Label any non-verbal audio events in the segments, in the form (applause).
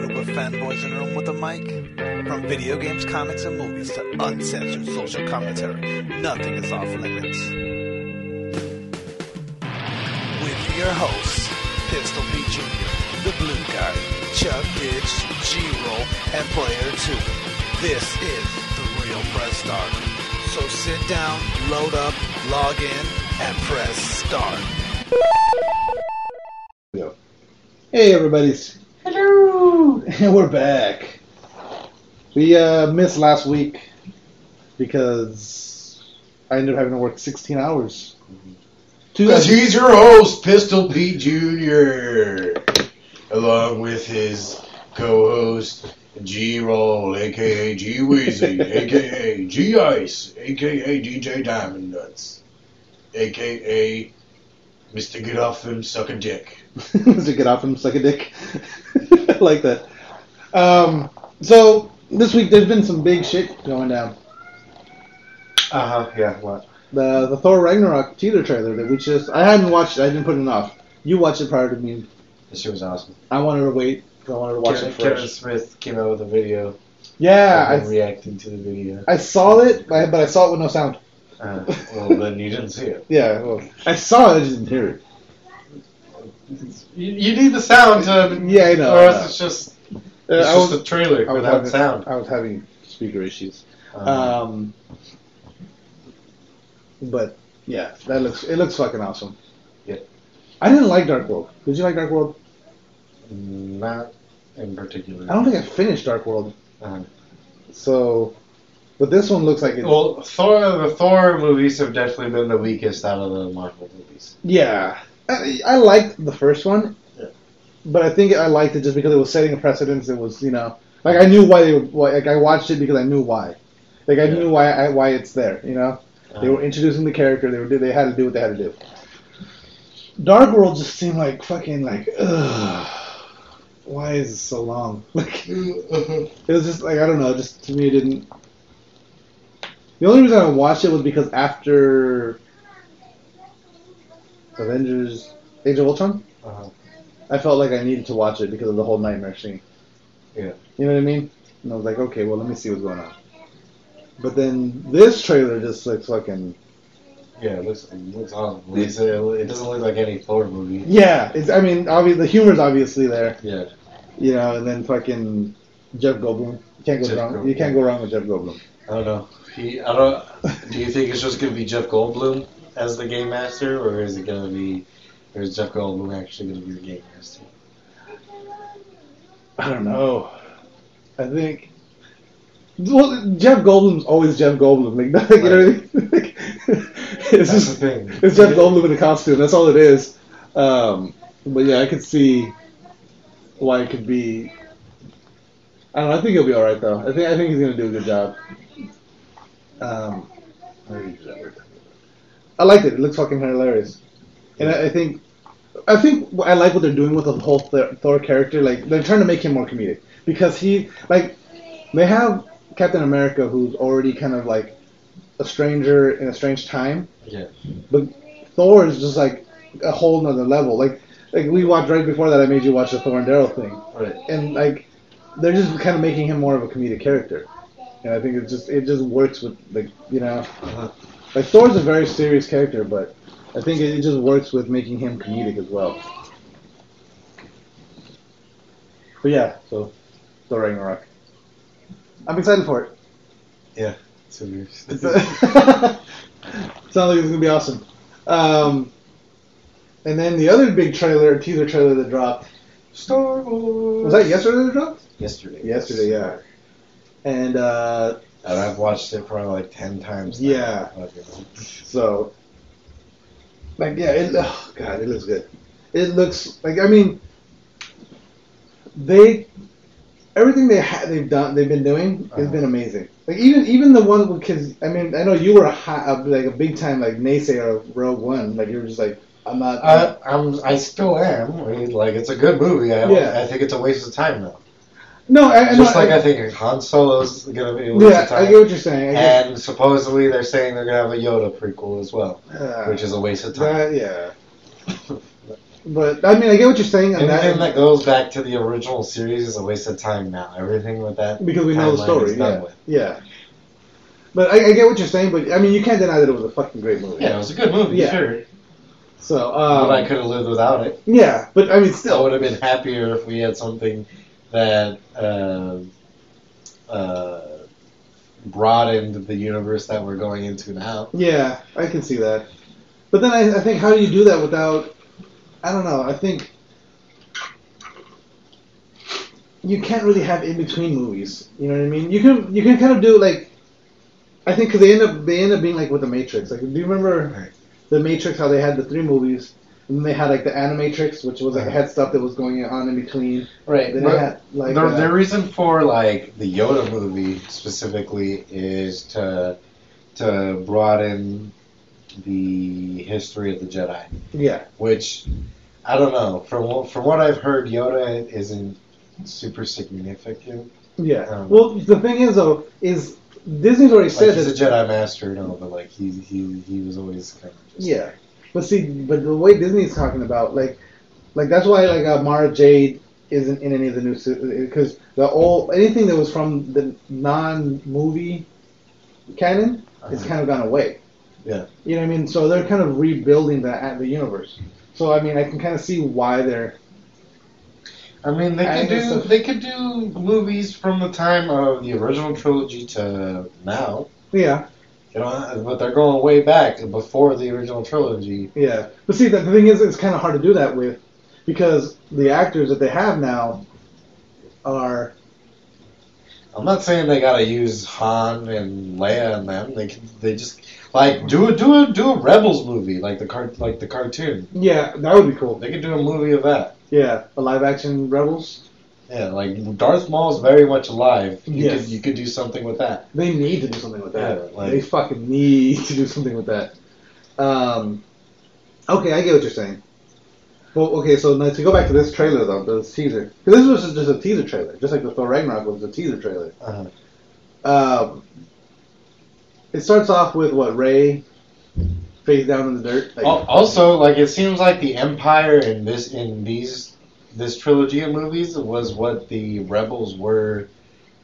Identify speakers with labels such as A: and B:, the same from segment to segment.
A: Fanboys in a Room with a Mic. From video games, comics, and movies to uncensored social commentary, nothing is off limits. With your hosts, Pistol Pete Jr., The Blue Guy, Chuck Bitch, G Roll, and Player 2. This is The Real Press Start. So sit down, load up, log in, and press start.
B: Go. Hey, everybody's.
C: Hello.
B: And (laughs) we're back. We uh, missed last week because I ended up having to work 16 hours. Two
C: Because he's your host, Pistol Pete Jr., along with his co host, G Roll, aka G
D: (laughs)
C: Weezy, aka G Ice, aka DJ Diamond Nuts, aka Mr. Get Off Him Suck a Dick.
B: (laughs) to get off him, suck a dick. (laughs) I like that. Um, so, this week there's been some big shit going down.
D: Uh-huh,
C: Uh huh, yeah, what?
B: The, the Thor Ragnarok teaser trailer that we just. I hadn't watched it, I didn't put it off. You watched it prior to me.
D: This shit was awesome.
B: I wanted to wait 'cause I wanted to watch
D: Kevin,
B: it
D: Kevin
B: first.
D: Smith came out with a video.
B: Yeah,
D: of him
B: I,
D: reacting to the video.
B: I saw it, but I- but I saw it with no sound.
C: (laughs)
D: Uh, well, then you didn't see it.
B: Yeah, well, I saw it, I just didn't hear it.
D: You, you need the sound to.
B: Yeah, I know.
D: Or else it's just,
B: Uh,
D: it's
B: I was,
D: just a trailer
B: I was
D: without
B: having,
D: sound.
B: I was having speaker issues.
D: Um,
B: Um, but yeah, that looks it looks fucking awesome.
D: Yeah.
B: I didn't like Dark World. Did you like Dark World?
D: Um, not in particular.
B: I don't think I finished Dark World.
D: Uh-huh.
B: So, but this one looks like it.
D: Well, Thor, the Thor movies have definitely been the weakest out of the Marvel movies.
B: yeah, I, I liked the first one,
D: Yeah.
B: but I think I liked it just because it was setting a precedence. It was you know like I knew why they why, like I watched it because I knew why. Like I
D: Yeah.
B: knew why I, why it's there. You know. They
D: Um,
B: were introducing the character. They were they had to do what they had to do. Dark World just seemed like fucking like ugh. Why is it so long? (laughs) Like it was just like I don't know. Just to me, it didn't. The only reason I watched it was because after Avengers: Age of Ultron,
D: Uh-huh.
B: I felt like I needed to watch it because of the whole nightmare scene.
D: Yeah.
B: You know what I mean? And I was like, okay, well, let me see what's going on. But then this trailer just looks fucking.
D: Yeah, it looks, it looks awesome. At least It, it doesn't look like any Thor movie.
B: Yeah, it's, I mean, obvi- the humor's obviously there,
D: Yeah.
B: you know, and then fucking Jeff Goldblum. You can't go
D: Jeff
B: wrong.
D: Goldblum.
B: You can't go wrong with Jeff Goldblum.
D: I don't know. He, I don't. Do you think it's just gonna be Jeff Goldblum as the game master, or is it gonna be, or is Jeff Goldblum actually gonna be the game master?
B: I don't know. Oh, I think. Well, Jeff Goldblum's always Jeff Goldblum. Like, (laughs) you know what I mean? Like,
D: That's
B: it's just
D: the thing.
B: it's Jeff Goldblum in a costume. That's all it is. Um, but yeah, I could see why it could be. I don't know. I think he'll be all right though. I think I think he's gonna do a good job. Um, I already used that word. I liked it. It looks fucking hilarious, and I, I think. I think what I like what they're doing with the whole Thor Thor character. Like they're trying to make him more comedic because he like they have Captain America who's already kind of like a stranger in a strange time,
D: Yeah.
B: but Thor is just like a whole nother level. Like like we watched right before that I made you watch the Thor and Daryl thing.
D: Right.
B: And like they're just kinda making him more of a comedic character. And I think it just it just works with like you know
D: Uh-huh.
B: like Thor's a very serious character, but I think it, it just works with making him comedic as well. But yeah, so Thor Ragnarok. I'm excited for it.
D: So there's-
B: It's, (laughs) uh, Sounds like it's gonna be awesome. Um, and then the other big trailer, teaser trailer that dropped
D: Star Wars.
B: was that yesterday that dropped.
D: Yesterday.
B: Yesterday, yeah. And uh,
D: And I've watched it probably like ten times. now.
B: Yeah.
D: Okay.
B: So, like, yeah, it, oh, God, it looks good. It looks like I mean, they everything they ha- they've done they've been doing has
D: Uh-huh.
B: been amazing. Like even even the one because I mean I know you were a high, a, like a big time like naysayer of Rogue One. Like you were just like I'm not.
D: I, I'm. I still am. I mean, like, it's a good movie. I,
B: Yeah.
D: I think it's a waste of time though.
B: no, I, I
D: Just
B: know,
D: like I, think Han Solo's gonna be a waste
B: yeah,
D: of
B: I
D: time.
B: get what you're saying. I get,
D: and supposedly they're saying they're gonna have a Yoda prequel as well,
B: uh,
D: which is a waste of time.
B: that, yeah. (laughs) But I mean, I get what you're saying on
D: Anything
B: that
D: that goes back to the original series is a waste of time now. Everything with that
B: because we know the
D: timeline
B: story.
D: is done
B: Yeah,
D: with.
B: yeah. But I, I get what you're saying. But I mean, you can't deny that it was a fucking great movie.
D: Yeah, it was a good movie,
B: Yeah.
D: sure.
B: So
D: but I
B: um,
D: could have lived without it.
B: yeah, but I mean,
D: Still, I
B: still,
D: would have been happier if we had something that uh, uh, broadened the universe that we're going into now.
B: yeah, I can see that. But then I, I think, how do you do that without? I don't know. I think you can't really have in between movies. You know what I mean? You can you can kind of do like. I think because they end up they end up being like with the Matrix. Like, do you remember
D: Right.
B: the Matrix? How they had the three movies, and then they had like the Animatrix, which was like
D: Uh-huh.
B: had stuff that was going on in between.
D: Right.
B: Then they had like
D: their,
B: uh,
D: their reason for like the Yoda movie specifically is to to broaden the history of the Jedi,
B: yeah
D: which I don't know. From what- from what I've heard, Yoda isn't super significant.
B: yeah.
D: Um,
B: well, the thing is though is Disney's already
D: Like,
B: said
D: he's a
B: that
D: Jedi master and all, but like he he he was always kind of just
B: yeah. But see, but the way Disney's talking about like like that's why like uh, Mara Jade isn't in any of the new because the old anything that was from the non movie canon it's kind of gone away.
D: Uh-huh. Yeah.
B: You know what I mean? So they're kind of rebuilding the the universe. So I mean, I can kind of see why they're
D: I mean, they
B: I
D: could
B: guess
D: do
B: so.
D: they could do movies from the time of the original trilogy to now.
B: yeah
D: You know, but they're going way back to before the original trilogy.
B: yeah. But see, the the thing is, it's kind of hard to do that with because the actors that they have now are
D: I'm not saying they gotta use Han and Leia and them. They can, they just like do a do a do a Rebels movie like the car like the cartoon.
B: yeah that would be cool
D: They could do a movie of that.
B: yeah a live action Rebels
D: Yeah, like Darth Maul's very much alive. You
B: Yes.
D: could you could do something with that.
B: they need to do something with that
D: Yeah, like-
B: they fucking need to do something with that um okay I get what you're saying well okay so now to go back to this trailer though this teaser 'Cause this was just a teaser trailer just like the Thor Ragnarok was a teaser trailer
D: Uh,
B: um, it starts off with what Ray face down in the dirt. Like,
D: al- also, like it seems like the Empire in this in these this trilogy of movies was what the Rebels were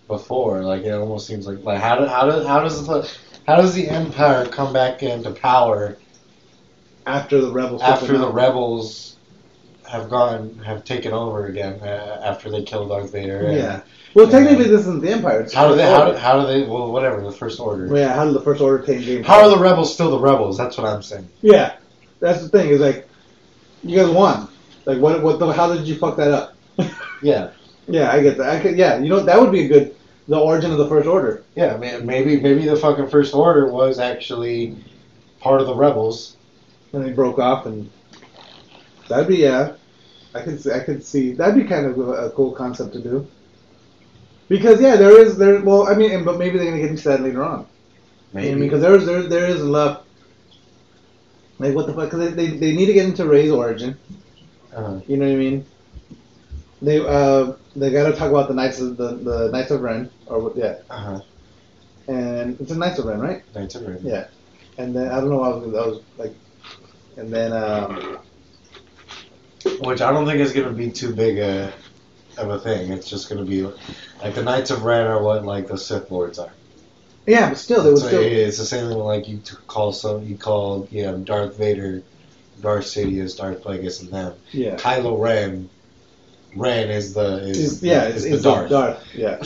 D: before. Like it almost seems like like how do, how do, how does the how does the Empire come back into power?
B: after the rebels. took
D: after
B: them
D: the
B: out.
D: rebels have gone have taken over again uh, after they killed Darth Vader. and-
B: Yeah. Well, technically, this isn't the Empire. It's
D: How do they?
B: First
D: How do,
B: Order.
D: how do they? Well, whatever. The first order.
B: yeah. How did the first order take? the
D: How are the rebels still the rebels? That's what I'm saying.
B: Yeah. That's the thing. Is like, you guys won. Like, what? What? The, how did you fuck that up? (laughs)
D: Yeah.
B: Yeah, I get that. I could, yeah, you know that would be a good the origin of the first order.
D: Yeah. ma- Maybe maybe the fucking first order was actually part of the rebels.
B: And they broke off, and that'd be yeah. I could see, I could see that'd be kind of a, a cool concept to do. Because yeah, there is there. Well, I mean, and, but maybe they're gonna get into that later on. I mean, because there is there there is left. Like what the fuck? Because they, they they need to get into Ray's origin.
D: Uh,
B: You know what I mean? They uh they gotta talk about the knights of the the knights of Ren or what- yeah,
D: uh,
B: and it's a knights of Ren, right?
D: Knights of Ren.
B: Yeah. And then I don't know why I was, I was like, and then um,
D: Which I don't think is gonna be too big a of a thing. It's just gonna be like the Knights of Ren are what like the Sith Lords are.
B: yeah, but still, they would
D: So
B: still
D: it- it's the same thing with, like you t- call some you call you know Darth Vader, Darth Sidious, Darth Plagueis, and them.
B: yeah,
D: Kylo Ren, Ren is the is,
B: it's, yeah,
D: is
B: it's,
D: the
B: it's
D: Darth.
B: Darth. yeah.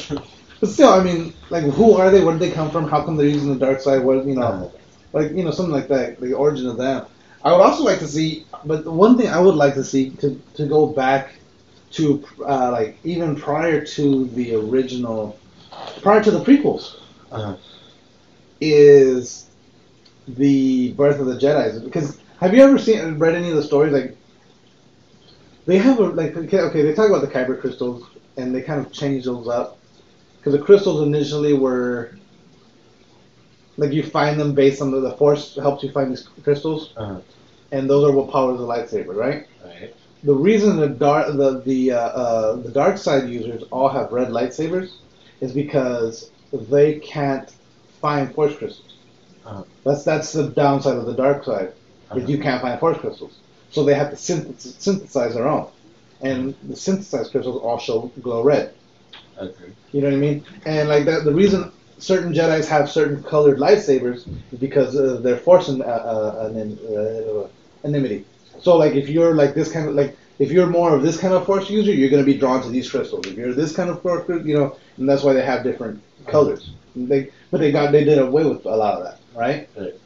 B: But still, I mean, like, who are they? Where did they come from? How come they're using the dark side? What you know,
D: Uh,
B: like you know, something like that, the origin of them. I would also like to see, but the one thing I would like to see to to go back to uh, like even prior to the original, prior to the prequels,
D: Uh-huh.
B: is the birth of the Jedi's. Because have you ever seen read any of the stories? Like they have a like okay, okay they talk about the Kyber crystals and they kind of change those up because the crystals initially were like you find them based on the, the force helps you find these crystals
D: Uh-huh.
B: and those are what powers the lightsaber right
D: right.
B: the reason the dark the the, uh, uh, the dark side users all have red lightsabers is because they can't find force crystals
D: Uh-huh.
B: that's that's the downside of the dark side
D: Uh-huh.
B: is you can't find force crystals So they had to synth- synthesize their own, and the synthesized crystals also glow red.
D: Okay.
B: You know what I mean? And like that, the reason certain Jedi's have certain colored lightsabers is because uh, they're forcing uh, uh, anim- uh, anonymity. So like if you're like this kind of like if you're more of this kind of force user, you're gonna be drawn to these crystals. If you're this kind of force, you know, and that's why they have different colors. And They but they got they did away with a lot of that, right?
D: Right.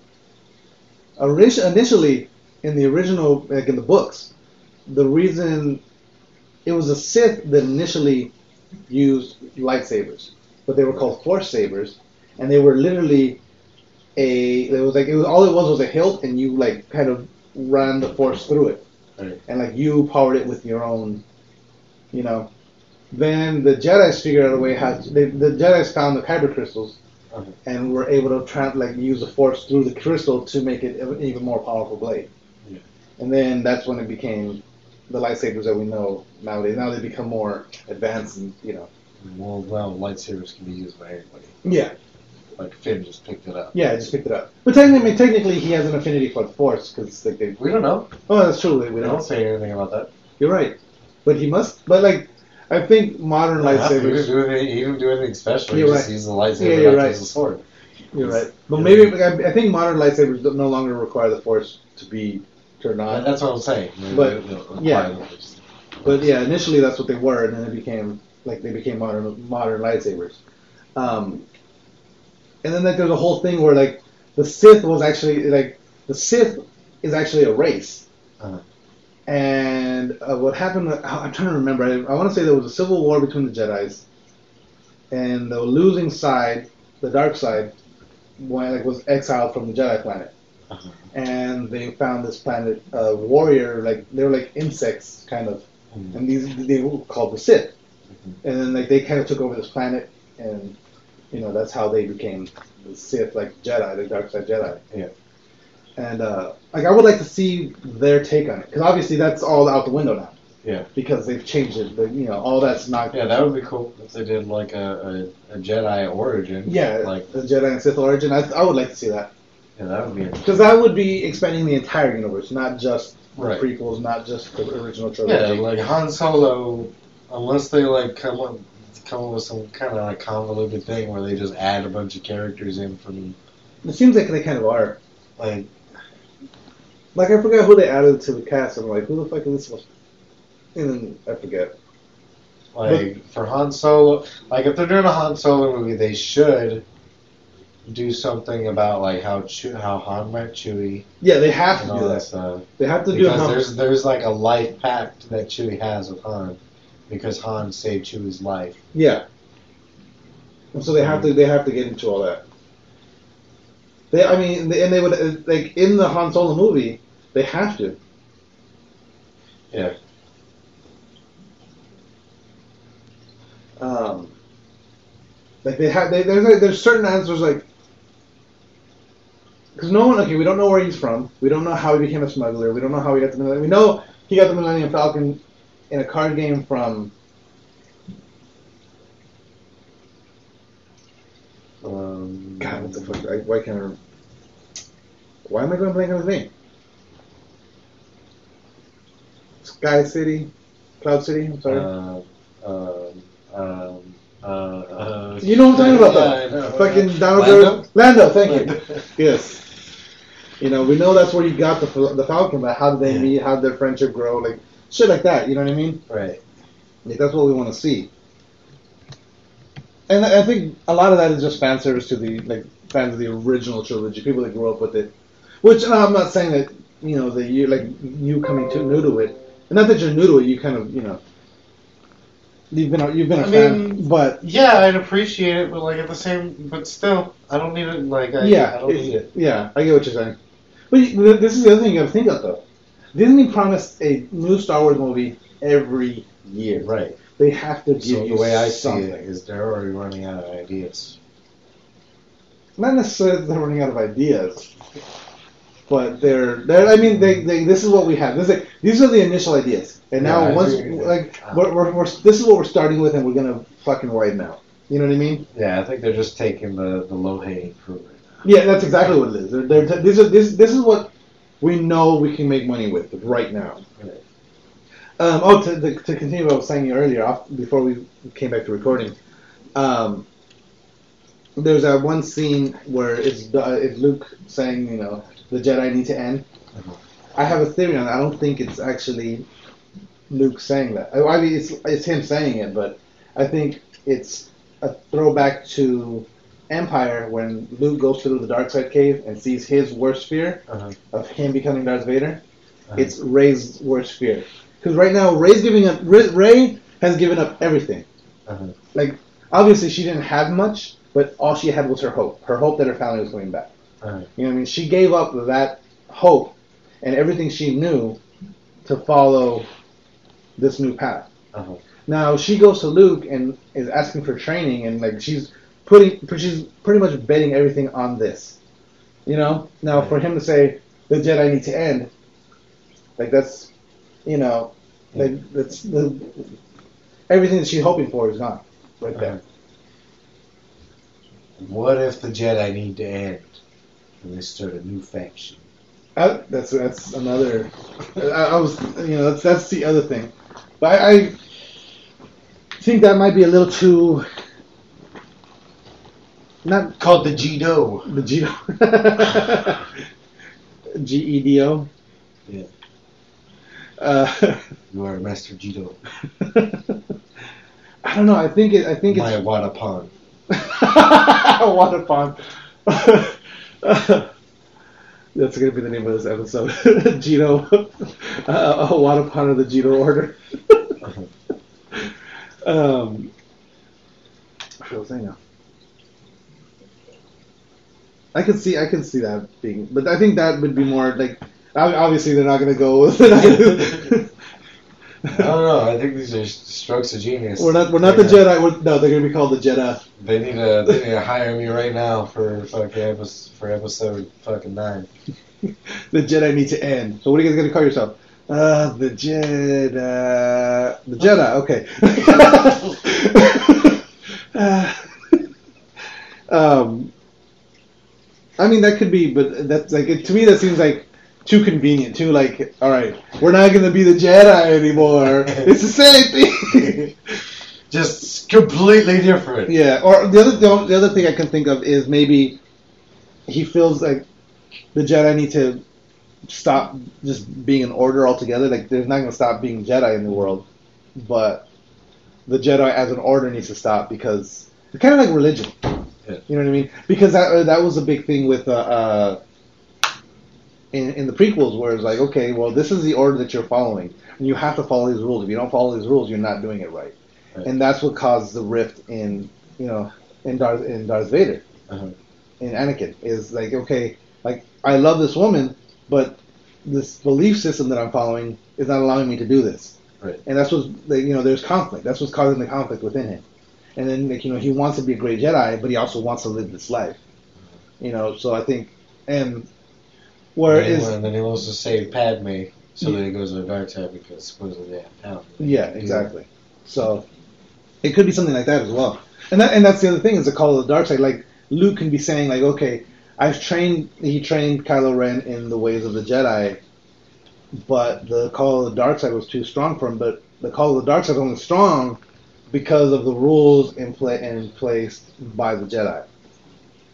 B: Orig- initially, in the original like in the books, the reason it was the Sith that initially used lightsabers, but they were called force sabers, and they were literally a. It was like it was all it was was a hilt, and you like kind of ran the force through it,
D: Right.
B: and like you powered it with your own, you know. Then the Jedi's figured out a way how to, they, the Jedi's found the kyber crystals,
D: Okay.
B: and were able to tran like use the force through the crystal to make it an even more powerful blade.
D: Yeah.
B: And then that's when it became the lightsabers that we know nowadays. Now they become more advanced and you know.
D: Well, now lightsabers can be used by anybody.
B: Yeah,
D: Like Finn just picked it up.
B: yeah, I just picked it up. But technically, I mean, technically, he has an affinity for the Force because like they.
D: We don't know.
B: Oh, that's true. We
D: We
B: don't.
D: don't say anything about that.
B: You're right. But he must. But like, I think modern
D: He didn't
B: lightsabers.
D: do anything, he didn't do anything special.
B: You're
D: he just
B: right.
D: used the lightsaber
B: Yeah, you're
D: like
B: right.
D: it was a sword.
B: You're right. But maybe I I think modern lightsabers don't- no longer require the Force to be turned
D: But
B: on.
D: Uh, that's what I'm saying. Maybe
B: But,
D: they don't
B: yeah.
D: apply those.
B: But yeah, initially that's what they were, and then it became like they became modern modern lightsabers. Um, and then like there's a whole thing where like the Sith was actually like the Sith is actually a race.
D: Uh-huh.
B: And uh, what happened? I- I'm trying to remember. I, I want to say there was a civil war between the Jedi's, and the losing side, the dark side, went, like was exiled from the Jedi planet
D: Uh-huh.
B: and they found this planet uh, warrior like they were like insects kind of
D: Mhm.
B: and these they were called the Sith and then like they kind of took over this planet and you know that's how they became the Sith like Jedi the dark side Jedi
D: Yeah.
B: and uh, like I would like to see their take on it because obviously that's all out the window now
D: Yeah.
B: because they've changed it but you know all that's not
D: Yeah, that would be cool if they did like a, a, a Jedi origin.
B: yeah
D: Like,
B: the Jedi and Sith origin I, I would like to see that
D: yeah, that would be a,
B: because that would be expanding the entire universe not just
D: right.
B: the prequels not just the original trilogy
D: Yeah, like Han Solo, unless they like come up come up with some kind of like convoluted thing where they just add a bunch of characters in from
B: It seems like they kind of are.
D: like
B: Like I forgot who they added to the cast. I'm like, who the fuck is this one? And then I forget.
D: like for Han Solo. Like if they're doing a Han Solo movie, they should do something about like how Chew, how Han met Chewie
B: Yeah, they have
D: and
B: to do
D: all that
B: that. (laughs)
D: stuff.
B: They have to do
D: Because
B: how-
D: there's there's like a life pact that Chewie has with Han, because Han saved Chewie's life.
B: Yeah. And so they have to they have to get into all that. They, I mean, they, and they would uh, like in the Han Solo movie, they have to.
D: Yeah.
B: Um. Like they have, they, there's like, there's certain answers like. Because no one, okay, we don't know where he's from. We don't know how he became a smuggler. We don't know how he got the Millennium. We know he got the Millennium Falcon in a card game from
D: Um,
B: God, what the fuck? I, why can't I? rem- Why am I going blank on his name? Sky City, Cloud City. I'm sorry.
D: Uh, um, um, uh, uh,
B: you know what I'm talking about,
D: yeah, I
B: though.
D: know.
B: Fucking Donald
D: Lando?
B: Glover- Lando, thank you. Yes. You know, we know that's where you got the fal- the Falcon, but how did they
D: Yeah.
B: meet? How did their friendship grow? Like shit, like that. You know what I mean?
D: Right.
B: Like, that's what we want to see. And I I think a lot of that is just fan service to the like fans of the original trilogy, people that grew up with it. Which and I'm not saying that you know that you like you coming too new to it, and not that you're new to it. You kind of you know you've been a, you've been a
D: I
B: fan,
D: mean,
B: but
D: Yeah, I'd appreciate it, but like at the same, but still, I don't need it. Like, I,
B: yeah,
D: I don't
B: it's-
D: need it.
B: yeah, I get what you're saying. But you- th- this is the other thing you got to think of though. Disney promised a new Star Wars movie every year.
D: Right.
B: They have to give
D: So
B: you
D: the way I see
B: something.
D: it is they're already running out of ideas.
B: not necessarily that they're running out of ideas, but they're, they're I mean, they, they, this is what we have. This is like, these are the initial ideas, and now
D: Yeah, I
B: once
D: agree with you.
B: like we're, we're, we're, this is what we're starting with, and we're gonna fucking widen out. You know what I mean?
D: Yeah, I think they're just taking the the low hanging fruit.
B: Yeah, that's exactly what it is. They're, they're, these are this this is what we know we can make money with right now.
D: Right.
B: Um, oh, to, to, to continue what I was saying earlier, off, before we came back to recording, um, there's that one scene where it's, uh, it's Luke saying, you know, the Jedi need to end.
D: Uh-huh,
B: I have a theory on that. I don't think it's actually Luke saying that. Oh, I, I mean, it's, it's him saying it, but I think it's a throwback to Empire when Luke goes through the dark side cave and sees his worst fear
D: Uh-huh.
B: of him becoming Darth Vader.
D: Uh-huh.
B: It's Ray's worst fear because right now Ray's giving up. Ray, Ray has given up everything.
D: Uh-huh.
B: Like obviously she didn't have much, but all she had was her hope. Her hope that her family was coming back.
D: Right.
B: You know what I mean? She gave up that hope and everything she knew to follow this new path.
D: Uh-huh.
B: Now she goes to Luke and is asking for training, and like she's putting, she's pretty much betting everything on this. You know. Now for him to say the Jedi need to end, like that's, you know, like that's the everything that she's hoping for is gone right there.
D: What if the Jedi need to end and they start a new faction?
B: I, that's that's another. I, I was you know that's that's the other thing, but I, I think that might be a little too. Not
D: Called the Gedo.
B: The Gedo. E (laughs) G E D O.
D: Yeah.
B: Uh, (laughs)
D: You are Master Gedo.
B: I don't know. I think it. I think
D: My
B: it's.
D: Wadapan.
B: (laughs) Water pond. (laughs) That's gonna be the name of this episode. (laughs) Gedo, uh, a water pond of the Gedo order. (laughs) um, what was I now? I can see, I can see that being, but I think that would be more like. ob- Obviously, they're not gonna go. they're not gonna-
D: I don't know. I think these are s- strokes of genius.
B: (laughs) we're not, we're not the
D: They're
B: Jedi. We're, no, they're gonna be called the Jedi.
D: They need to they need to hire me right now for fucking episode, for episode fucking nine.
B: the Jedi need to end. So what are you guys gonna call yourself? Uh, the Jedi. The Jedi. Okay. Uh, (laughs) um, I mean that could be, but that's like it, to me that seems like too convenient. Too like, all right, we're not gonna be the Jedi anymore. it's the same thing. (laughs)
D: Just completely different.
B: Yeah, or the other the, the other thing I can think of is maybe he feels like the Jedi need to stop just being an order altogether. Like there's not going to stop being Jedi in the world, but the Jedi as an order needs to stop because it's kind of like religion.
D: Yeah.
B: You know what I mean? Because that uh, that was a big thing with uh, uh, in in the prequels, where it's like, okay, well, this is the order that you're following, and you have to follow these rules. If you don't follow these rules, you're not doing it right and that's what caused the rift in you know in Darth in Darth Vader
D: Uh-huh.
B: in Anakin is like okay like I love this woman but this belief system that I'm following is not allowing me to do this
D: Right.
B: and that's what like, you know there's conflict that's what's causing the conflict within him and then like you know he wants to be a great Jedi but he also wants to live this life
D: Uh-huh.
B: you know so I think and where
D: and,
B: is
D: then- and then he wants to save Padme, so that he goes to the dark side because supposedly they have power.
B: Yeah, exactly. So it could be something like that as well. And that, and that's the other thing is the call of the dark side. Like Luke can be saying like, okay, I've trained. He trained Kylo Ren in the ways of the Jedi, but the call of the dark side was too strong for him. But the call of the dark side is only strong because of the rules in play and placed by the Jedi.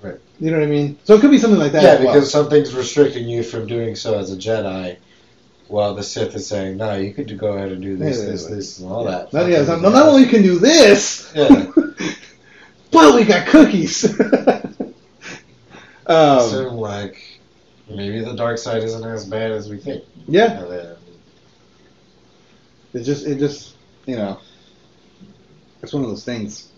D: Right.
B: You know what I mean? So it could be something like that.
D: yeah,
B: as well.
D: because something's restricting you from doing so as a Jedi, while the Sith is saying, "No, you could go ahead and do this,
B: Yeah, yeah,
D: this,
B: yeah.
D: this, and all that."
B: Not, yeah, it's not, not only can do this,
D: Yeah.
B: (laughs) but we got cookies. (laughs) um,
D: so like maybe the dark side isn't as bad as we think.
B: yeah,
D: And then,
B: it just it just you know, it's one of those things.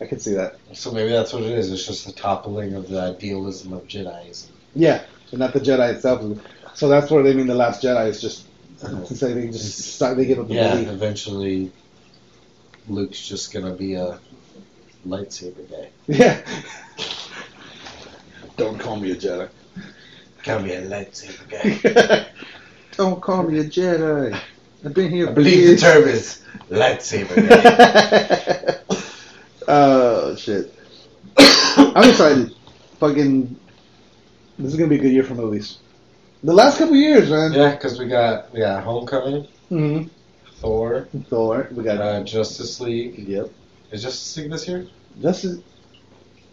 B: I could see that.
D: so maybe that's what it is. It's just the toppling of the idealism of Jediism.
B: Yeah, but not the Jedi itself. So that's where they mean the Last Jedi is just (laughs) it's like they just start, they give up the
D: Yeah,
B: belief.
D: eventually Luke's just gonna be a lightsaber guy.
B: Yeah. (laughs) Don't call me a (laughs) Jedi.
D: Can be a lightsaber guy. (laughs)
B: Don't call me a Jedi. I've been here.
D: I
B: for
D: believe the
B: years.
D: term is lightsaber guy.
B: (laughs) Oh shit! I'm excited. Fucking, this is gonna be a good year for movies. The last couple years, man.
D: (laughs) Yeah, because we got we got Homecoming,
B: Mm-hmm.
D: Thor,
B: Thor. We got.
D: uh, Justice League.
B: yep.
D: Is Justice League this year?
B: This is.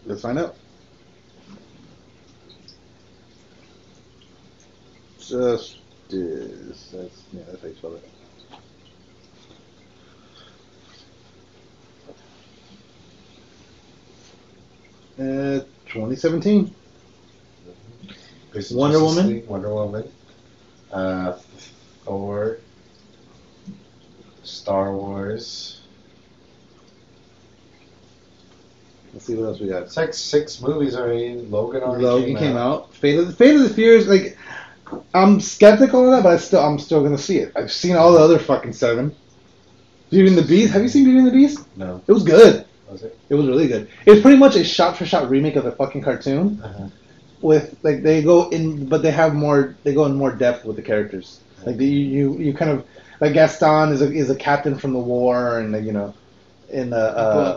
B: Let's find out. Justice. That's yeah. That's how you spell it. Uh, 2017.
D: Is it
B: Wonder
D: Justice
B: Woman?
D: League, Wonder Woman, uh, Thor, Star Wars.
B: Let's see what else we got.
D: It's like six movies already. Logan already
B: Logan
D: came,
B: came
D: out.
B: out. Fate of the Fate of the Furious. Like, I'm skeptical of that, but I still I'm still gonna see it. I've seen all the other fucking seven. Beauty and the Beast. Have you seen Beauty and the Beast?
D: No,
B: It was good.
D: was it?
B: It was really good. It was pretty much a shot-for-shot remake of the fucking cartoon.
D: Uh-huh.
B: With like they go in, but they have more. They go in more depth with the characters. Like the, you, you, you kind of like Gaston is a is a captain from the war, and like, you know, in uh, uh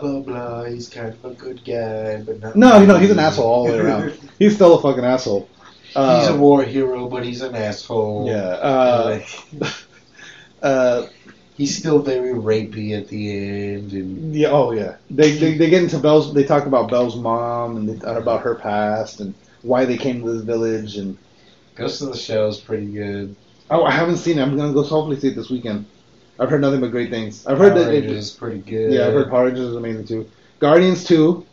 D: blah blah blah. He's kind of a good guy, but not.
B: no, you know, he's an
D: really.
B: asshole all the
D: (laughs)
B: way around. He's still a fucking asshole. Uh,
D: he's a war hero, but he's an asshole.
B: Yeah. Uh,
D: Like,
B: uh,
D: he's still very rapey at the end, and
B: yeah. Oh, yeah. They, they they get into Belle's. They talk about Belle's mom and they, about her past and why they came to this village. And
D: Ghost in the Shell is pretty good.
B: oh, I haven't seen it. I'm gonna go hopefully see it this weekend. I've heard nothing but great things. I've heard
D: Power
B: that. It,
D: Rangers is pretty good.
B: yeah, I've heard Power Rangers is amazing too. Guardians two.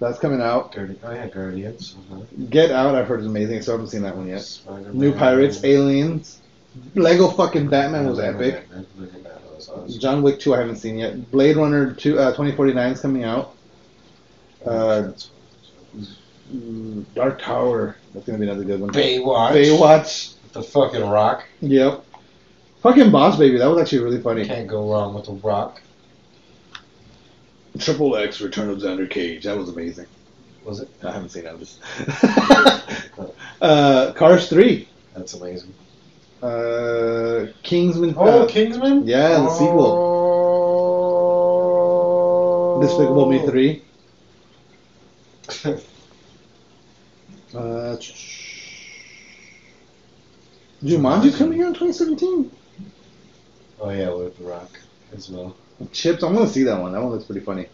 B: That's coming out.
D: Guardi- oh yeah, Guardians. uh-huh.
B: Get Out. I've heard is amazing. So I haven't seen that one yet.
D: Spider-Man.
B: New Pirates, Aliens, Lego fucking Batman was epic.
D: Batman was awesome.
B: John Wick 2 I haven't seen yet. Blade Runner 2 uh, 2049 is coming out. Uh, mm, Dark Tower. That's going to be another good one.
D: Baywatch.
B: Baywatch.
D: The fucking Rock.
B: Yep. Fucking Boss Baby. That was actually really funny.
D: Can't go wrong with the Rock.
B: Triple X Return of Xander Cage. That was amazing.
D: Was it?
B: I haven't seen that. I'm just- (laughs) uh, Cars 3.
D: That's amazing.
B: Uh, Kingsman.
D: Oh,
B: uh, (laughs)
D: Kingsman.
B: yeah, the
D: sequel.
B: Despicable Me 3. Uh, Jumanji's coming out in 2017.
D: (laughs) oh yeah, with the Rock as well.
B: Chips, I'm gonna see that one. That one looks pretty funny.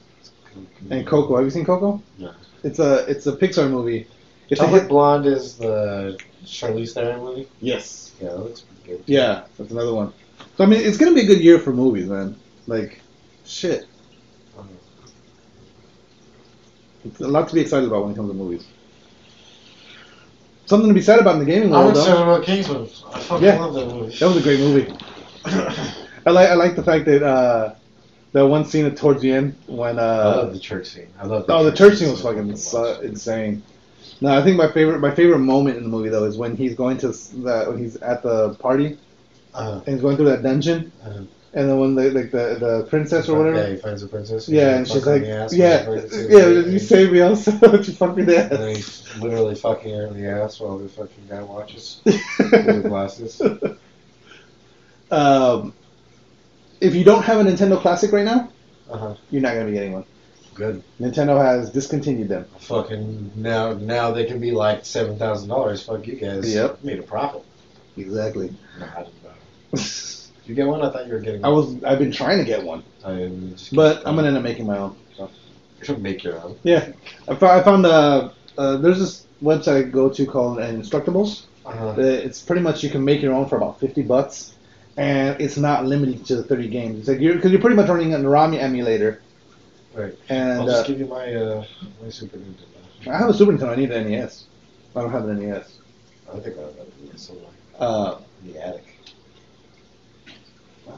B: And Coco, have you seen Coco?
D: No.
B: It's a it's a Pixar movie. It's a
D: Chocolate
B: hit.
D: Blonde is the Charlize Theron movie.
B: Yes.
D: Yeah, that looks pretty good.
B: Yeah, that's another one. So I mean, it's gonna be a good year for movies, man. Like, shit. It's a lot to be excited about when it comes to movies. Something to be sad about in the gaming
D: I'm
B: world,
D: excited
B: though.
D: about Kingsman. I fucking
B: Yeah.
D: love that movie.
B: That was a great movie. I like I like the fact that uh, that one scene at towards the end
D: (coughs)
B: when
D: I
B: uh,
D: love the church scene. I love.
B: Oh, the church scene was
D: so
B: fucking
D: much.
B: so insane. No, I think my favorite my favorite moment in the movie though is when he's going to s- the when he's at the party
D: Uh,
B: and he's going through that dungeon,
D: uh,
B: and then when the like the, the princess or
D: Yeah,
B: whatever,
D: he finds a princess.
B: yeah, and she's like, yeah, yeah, you
D: say.
B: save me, I'll (laughs) so much fucking
D: And then
B: ass.
D: he's literally fucking her in the ass while the fucking guy watches with the glasses.
B: (laughs) um, if you don't have a Nintendo Classic right now,
D: Uh-huh.
B: you're not gonna be getting one.
D: Good.
B: Nintendo has discontinued them.
D: Fucking now, now they can be like seven thousand dollars. Fuck you guys.
B: Yep.
D: Made a profit.
B: Exactly.
D: No, I didn't know. Did you get one? I thought you were getting.
B: (laughs) I was I've been trying to get one,
D: I didn't- just-
B: but I'm gonna end up making my own.
D: make your own.
B: Yeah, I, fo- I found uh, uh, there's this website I go to called Instructables. Uh,
D: Uh-huh.
B: It's pretty much you can make your own for about fifty bucks, and it's not limited to the thirty games. It's like you're because you're pretty much running a Narami emulator,
D: Right. I'll
B: and
D: just
B: uh,
D: give you my uh, my Super Nintendo.
B: I have a Super Nintendo. I need an NES. I don't have an NES.
D: I think I have that in somewhere
B: Uh,
D: in the
B: (laughs)
D: attic.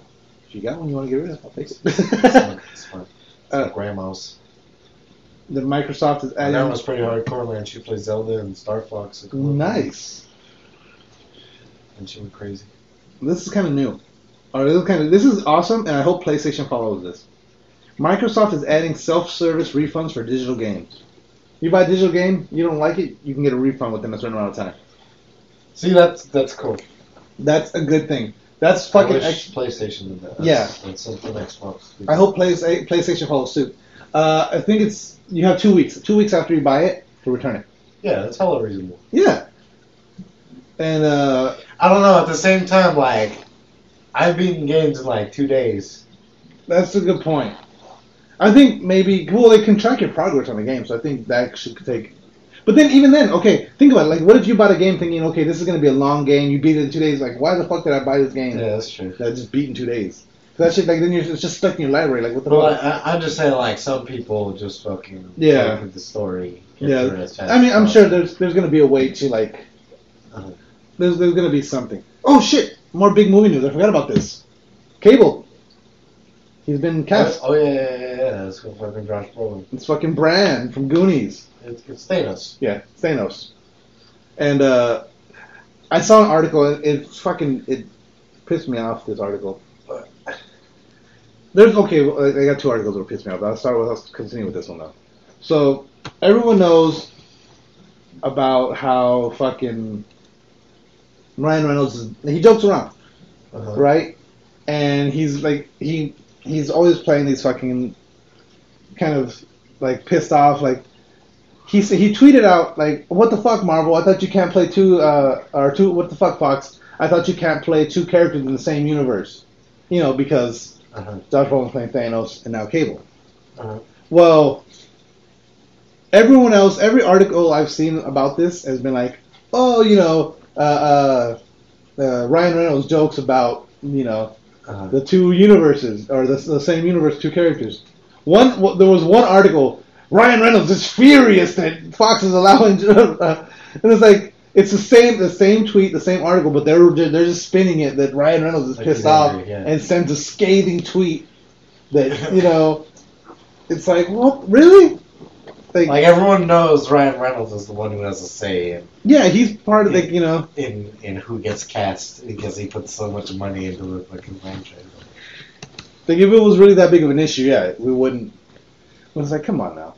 B: if you got one, you want to get rid of? I'll fix
D: It's
B: it. (laughs)
D: my, it's my, it's
B: Uh,
D: my grandma's.
B: the Microsoft is
D: And that
B: adding.
D: was pretty hardcore, man. She played Zelda and Star Fox. and Call of Duty,
B: Nice.
D: And she went crazy.
B: This is kind of new. Or this is kind of this is awesome, and I hope PlayStation follows this. Microsoft is adding self-service refunds for digital games. You buy a digital game, you don't like it, you can get a refund within a certain amount of time.
D: See, that's that's cool.
B: That's a good thing. That's
D: I
B: fucking.
D: wish
B: I,
D: PlayStation did that. That's,
B: Yeah.
D: That's something Xbox. did.
B: I hope Play, PlayStation follows suit. Uh, I think it's you have two weeks. Two weeks after you buy it to return it.
D: Yeah, that's hella reasonable.
B: Yeah. And uh,
D: I don't know. At the same time, like I've beaten games in like two days.
B: that's a good point. I think maybe well they can track your progress on the game, so I think that should take. But then even then, okay, think about it. Like, what if you bought a game thinking, okay, this is going to be a long game? You beat it in two days. Like, why the fuck did I buy this game?
D: Yeah, that's true.
B: that I just beat in two days. So that shit, like, then you're it's just stuck in your library. Like, what the
D: Well,
B: fuck?
D: I, I, am just saying, like some people just fucking
B: Yeah.
D: play with the story. get
B: Yeah,
D: through it as fast
B: I mean,
D: as
B: I'm
D: possible.
B: sure there's there's gonna be a way to like.
D: Uh-huh.
B: There's there's gonna be something. Oh shit! More big movie news. I forgot about this. Cable. He's been cast.
D: Oh yeah, yeah, yeah, yeah. That's what fucking Josh Brolin.
B: It's fucking Bran from Goonies.
D: It's, it's Thanos.
B: Yeah, Thanos. And uh, I saw an article and it fucking it pissed me off. This article. There's okay. well, I I got two articles that pissed me off. I'll start with. I'll continue with this one though. So everyone knows about how fucking Ryan Reynolds is. He jokes around,
D: Uh-huh.
B: right? And he's like he he's always playing these fucking kind of like pissed off like. He, s- he tweeted out like what the fuck Marvel I thought you can't play two uh, or two what the fuck Fox I thought you can't play two characters in the same universe you know because
D: Uh-huh.
B: Josh Brolin's playing Thanos, and now Cable.
D: Uh-huh.
B: Well, everyone else, every article I've seen about this has been like, oh, you know, uh, uh, uh, Ryan Reynolds jokes about, you know,
D: Uh-huh.
B: the two universes, or the, the same universe, two characters. One, w- there was one article, Ryan Reynolds is furious that Fox is allowing, (laughs) and it's like, it's the same, the same tweet, the same article, but they're they're just spinning it that Ryan Reynolds is
D: Like
B: pissed
D: he's
B: off
D: angry, yeah.
B: and sends a scathing tweet that you know, it's like, what, really? Like,
D: Like everyone knows, Ryan Reynolds is the one who has a say in
B: yeah, he's part of the, you know,
D: in, in who gets cast because he puts so much money into the fucking franchise.
B: like if it was really that big of an issue, yeah, we wouldn't. But it's like, come on now.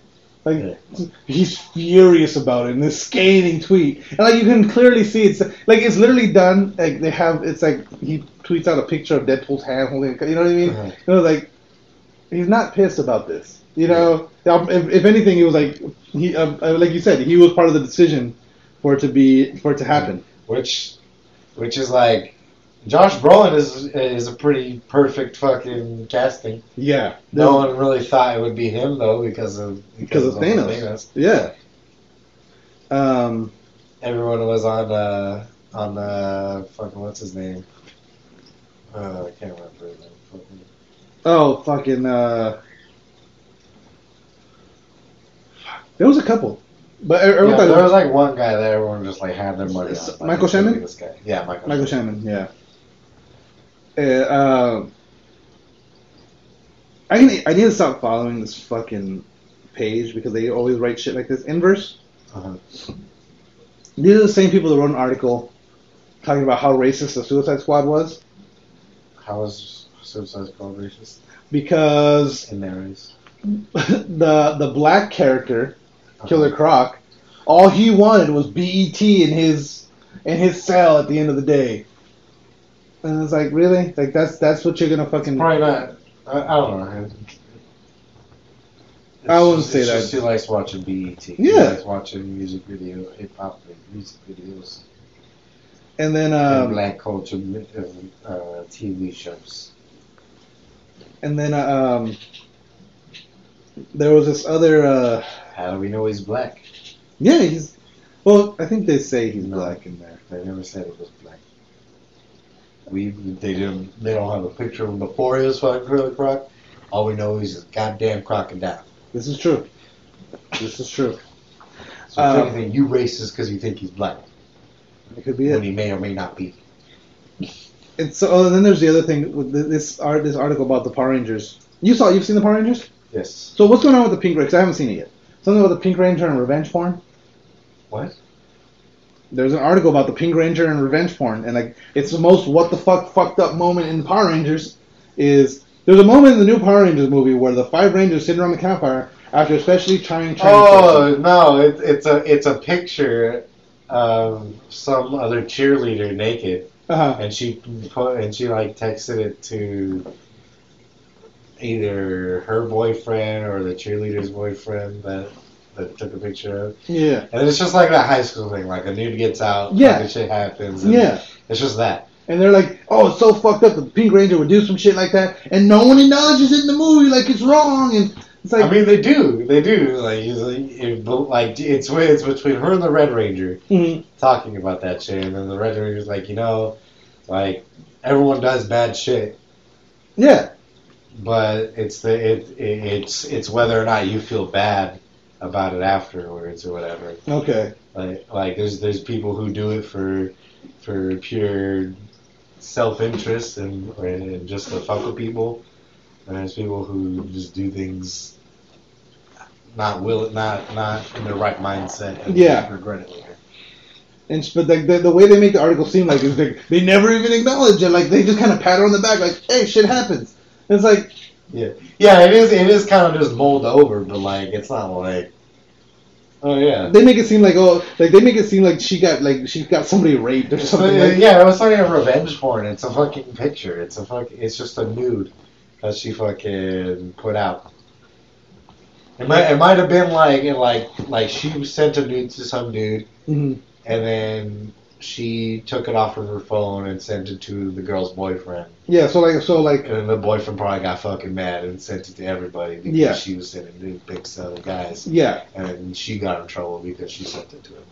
B: Like he's furious about it in this scathing tweet, and like you can clearly see it's like it's literally done. Like they have, it's like he tweets out a picture of Deadpool's hand holding. a- You know what I mean?
D: Uh-huh.
B: You know, like he's not pissed about this. You know, Now, if, if anything, it was like he, uh, uh, like you said, he was part of the decision for it to be for it to happen.
D: Mm-hmm. Which, which is like, Josh Brolin is is a pretty perfect fucking casting.
B: Yeah.
D: No one really thought it would be him though because of
B: because of Thanos. Yeah. Um.
D: Everyone was on uh on uh fucking what's his name? Uh, I can't remember his name. Fucking-
B: Oh, fucking. Uh, fuck. there was a couple, but er-
D: Yeah,
B: everyone
D: there
B: thought
D: was like one guy that everyone just like had their money on. Like,
B: Michael
D: it's gonna be
B: Shannon?
D: This guy. Yeah, Michael.
B: Michael Shannon. Yeah. Uh, um, I need I need to stop following this fucking page because they always write shit like this. Inverse.
D: Uh-huh.
B: These are the same people that wrote an article talking about how racist the Suicide Squad was
D: Uh-huh. How is Suicide Squad racist?
B: because (laughs)
D: In there is.
B: the the black character, Killer Croc, all he wanted was BET in his in his cell at the end of the day. And it's like, really? Like that's that's what you're gonna fucking
D: Probably not. I, I don't know.
B: I wouldn't
D: It's
B: say
D: just-
B: that.
D: it's just He likes watching BET. He
B: Yeah.
D: likes watching music video, hip hop music videos,
B: and then
D: and
B: um
D: black culture uh, uh, TV shows.
B: and then uh, um there was this other uh
D: How do we know he's black?
B: yeah he's well I think they say he's black in there.
D: They never said it was black. We they didn't they don't have a picture of him before he was fucking Killer Croc. All we know is he's a goddamn crocodile.
B: This is true. This is true.
D: So if
B: Um,
D: anything, you racist because you think he's black
B: It could be it.
D: when he may or may not be.
B: And so oh, and then there's the other thing with th- this art this article about the Power Rangers. You saw you've seen the Power Rangers?
D: Yes.
B: So what's going on with the Pink Ranger? 'Cause I haven't seen it yet. Something about the Pink Ranger and revenge porn.
D: What?
B: There's an article about the Pink Ranger and revenge porn, and like it's the most what the fuck fucked up moment in Power Rangers. Is there's a moment in the new Power Rangers movie where the five Rangers sitting around the campfire after especially trying training session.
D: Oh no! It, it's a it's a picture of some other cheerleader naked,
B: Uh-huh.
D: and she put and she like texted it to either her boyfriend or the cheerleader's boyfriend that that took a picture of.
B: Yeah.
D: And it's just like that high school thing, like a dude gets out,
B: Yeah.
D: fucking shit happens. and
B: Yeah.
D: It's just that.
B: And they're like, oh, it's so fucked up. The Pink Ranger would do some shit like that, and no one acknowledges it in the movie. Like it's wrong, and it's like,
D: I mean, they do, they do. Like, he's like, it- but, like it's it's between her and the Red Ranger
B: Mhm.
D: talking about that shit, and then the Red Ranger's like, you know, like everyone does bad shit,
B: yeah,
D: but it's the it, it it's it's whether or not you feel bad about it afterwards or whatever.
B: okay,
D: Like like there's there's people who do it for for pure self interest and and just to fuck with people, and there's people who just do things not will not not in their right mindset and
B: Yeah.
D: regret it later.
B: and s- but like the, the way they make the article seem like is like they never even acknowledge it. Like they just kind of pat her on the back, like, hey, shit happens. And it's like,
D: Yeah, it is it is kind of just mulled over, but like it's not like oh yeah.
B: They make it seem like oh, like they make it seem like she got like she got somebody raped or something.
D: So,
B: like,
D: yeah, it was like a revenge porn. It's a fucking picture. It's a fuck. It's just a nude that she fucking put out. It might. It might have been like it like like she sent a nude to some dude,
B: Mhm.
D: and then she took it off of her phone and sent it to the girl's boyfriend.
B: yeah. So like, so like,
D: And then the boyfriend probably got fucking mad and sent it to everybody because
B: Yeah.
D: she was sending nude pics to other guys,
B: yeah,
D: and she got in trouble because she sent it to him.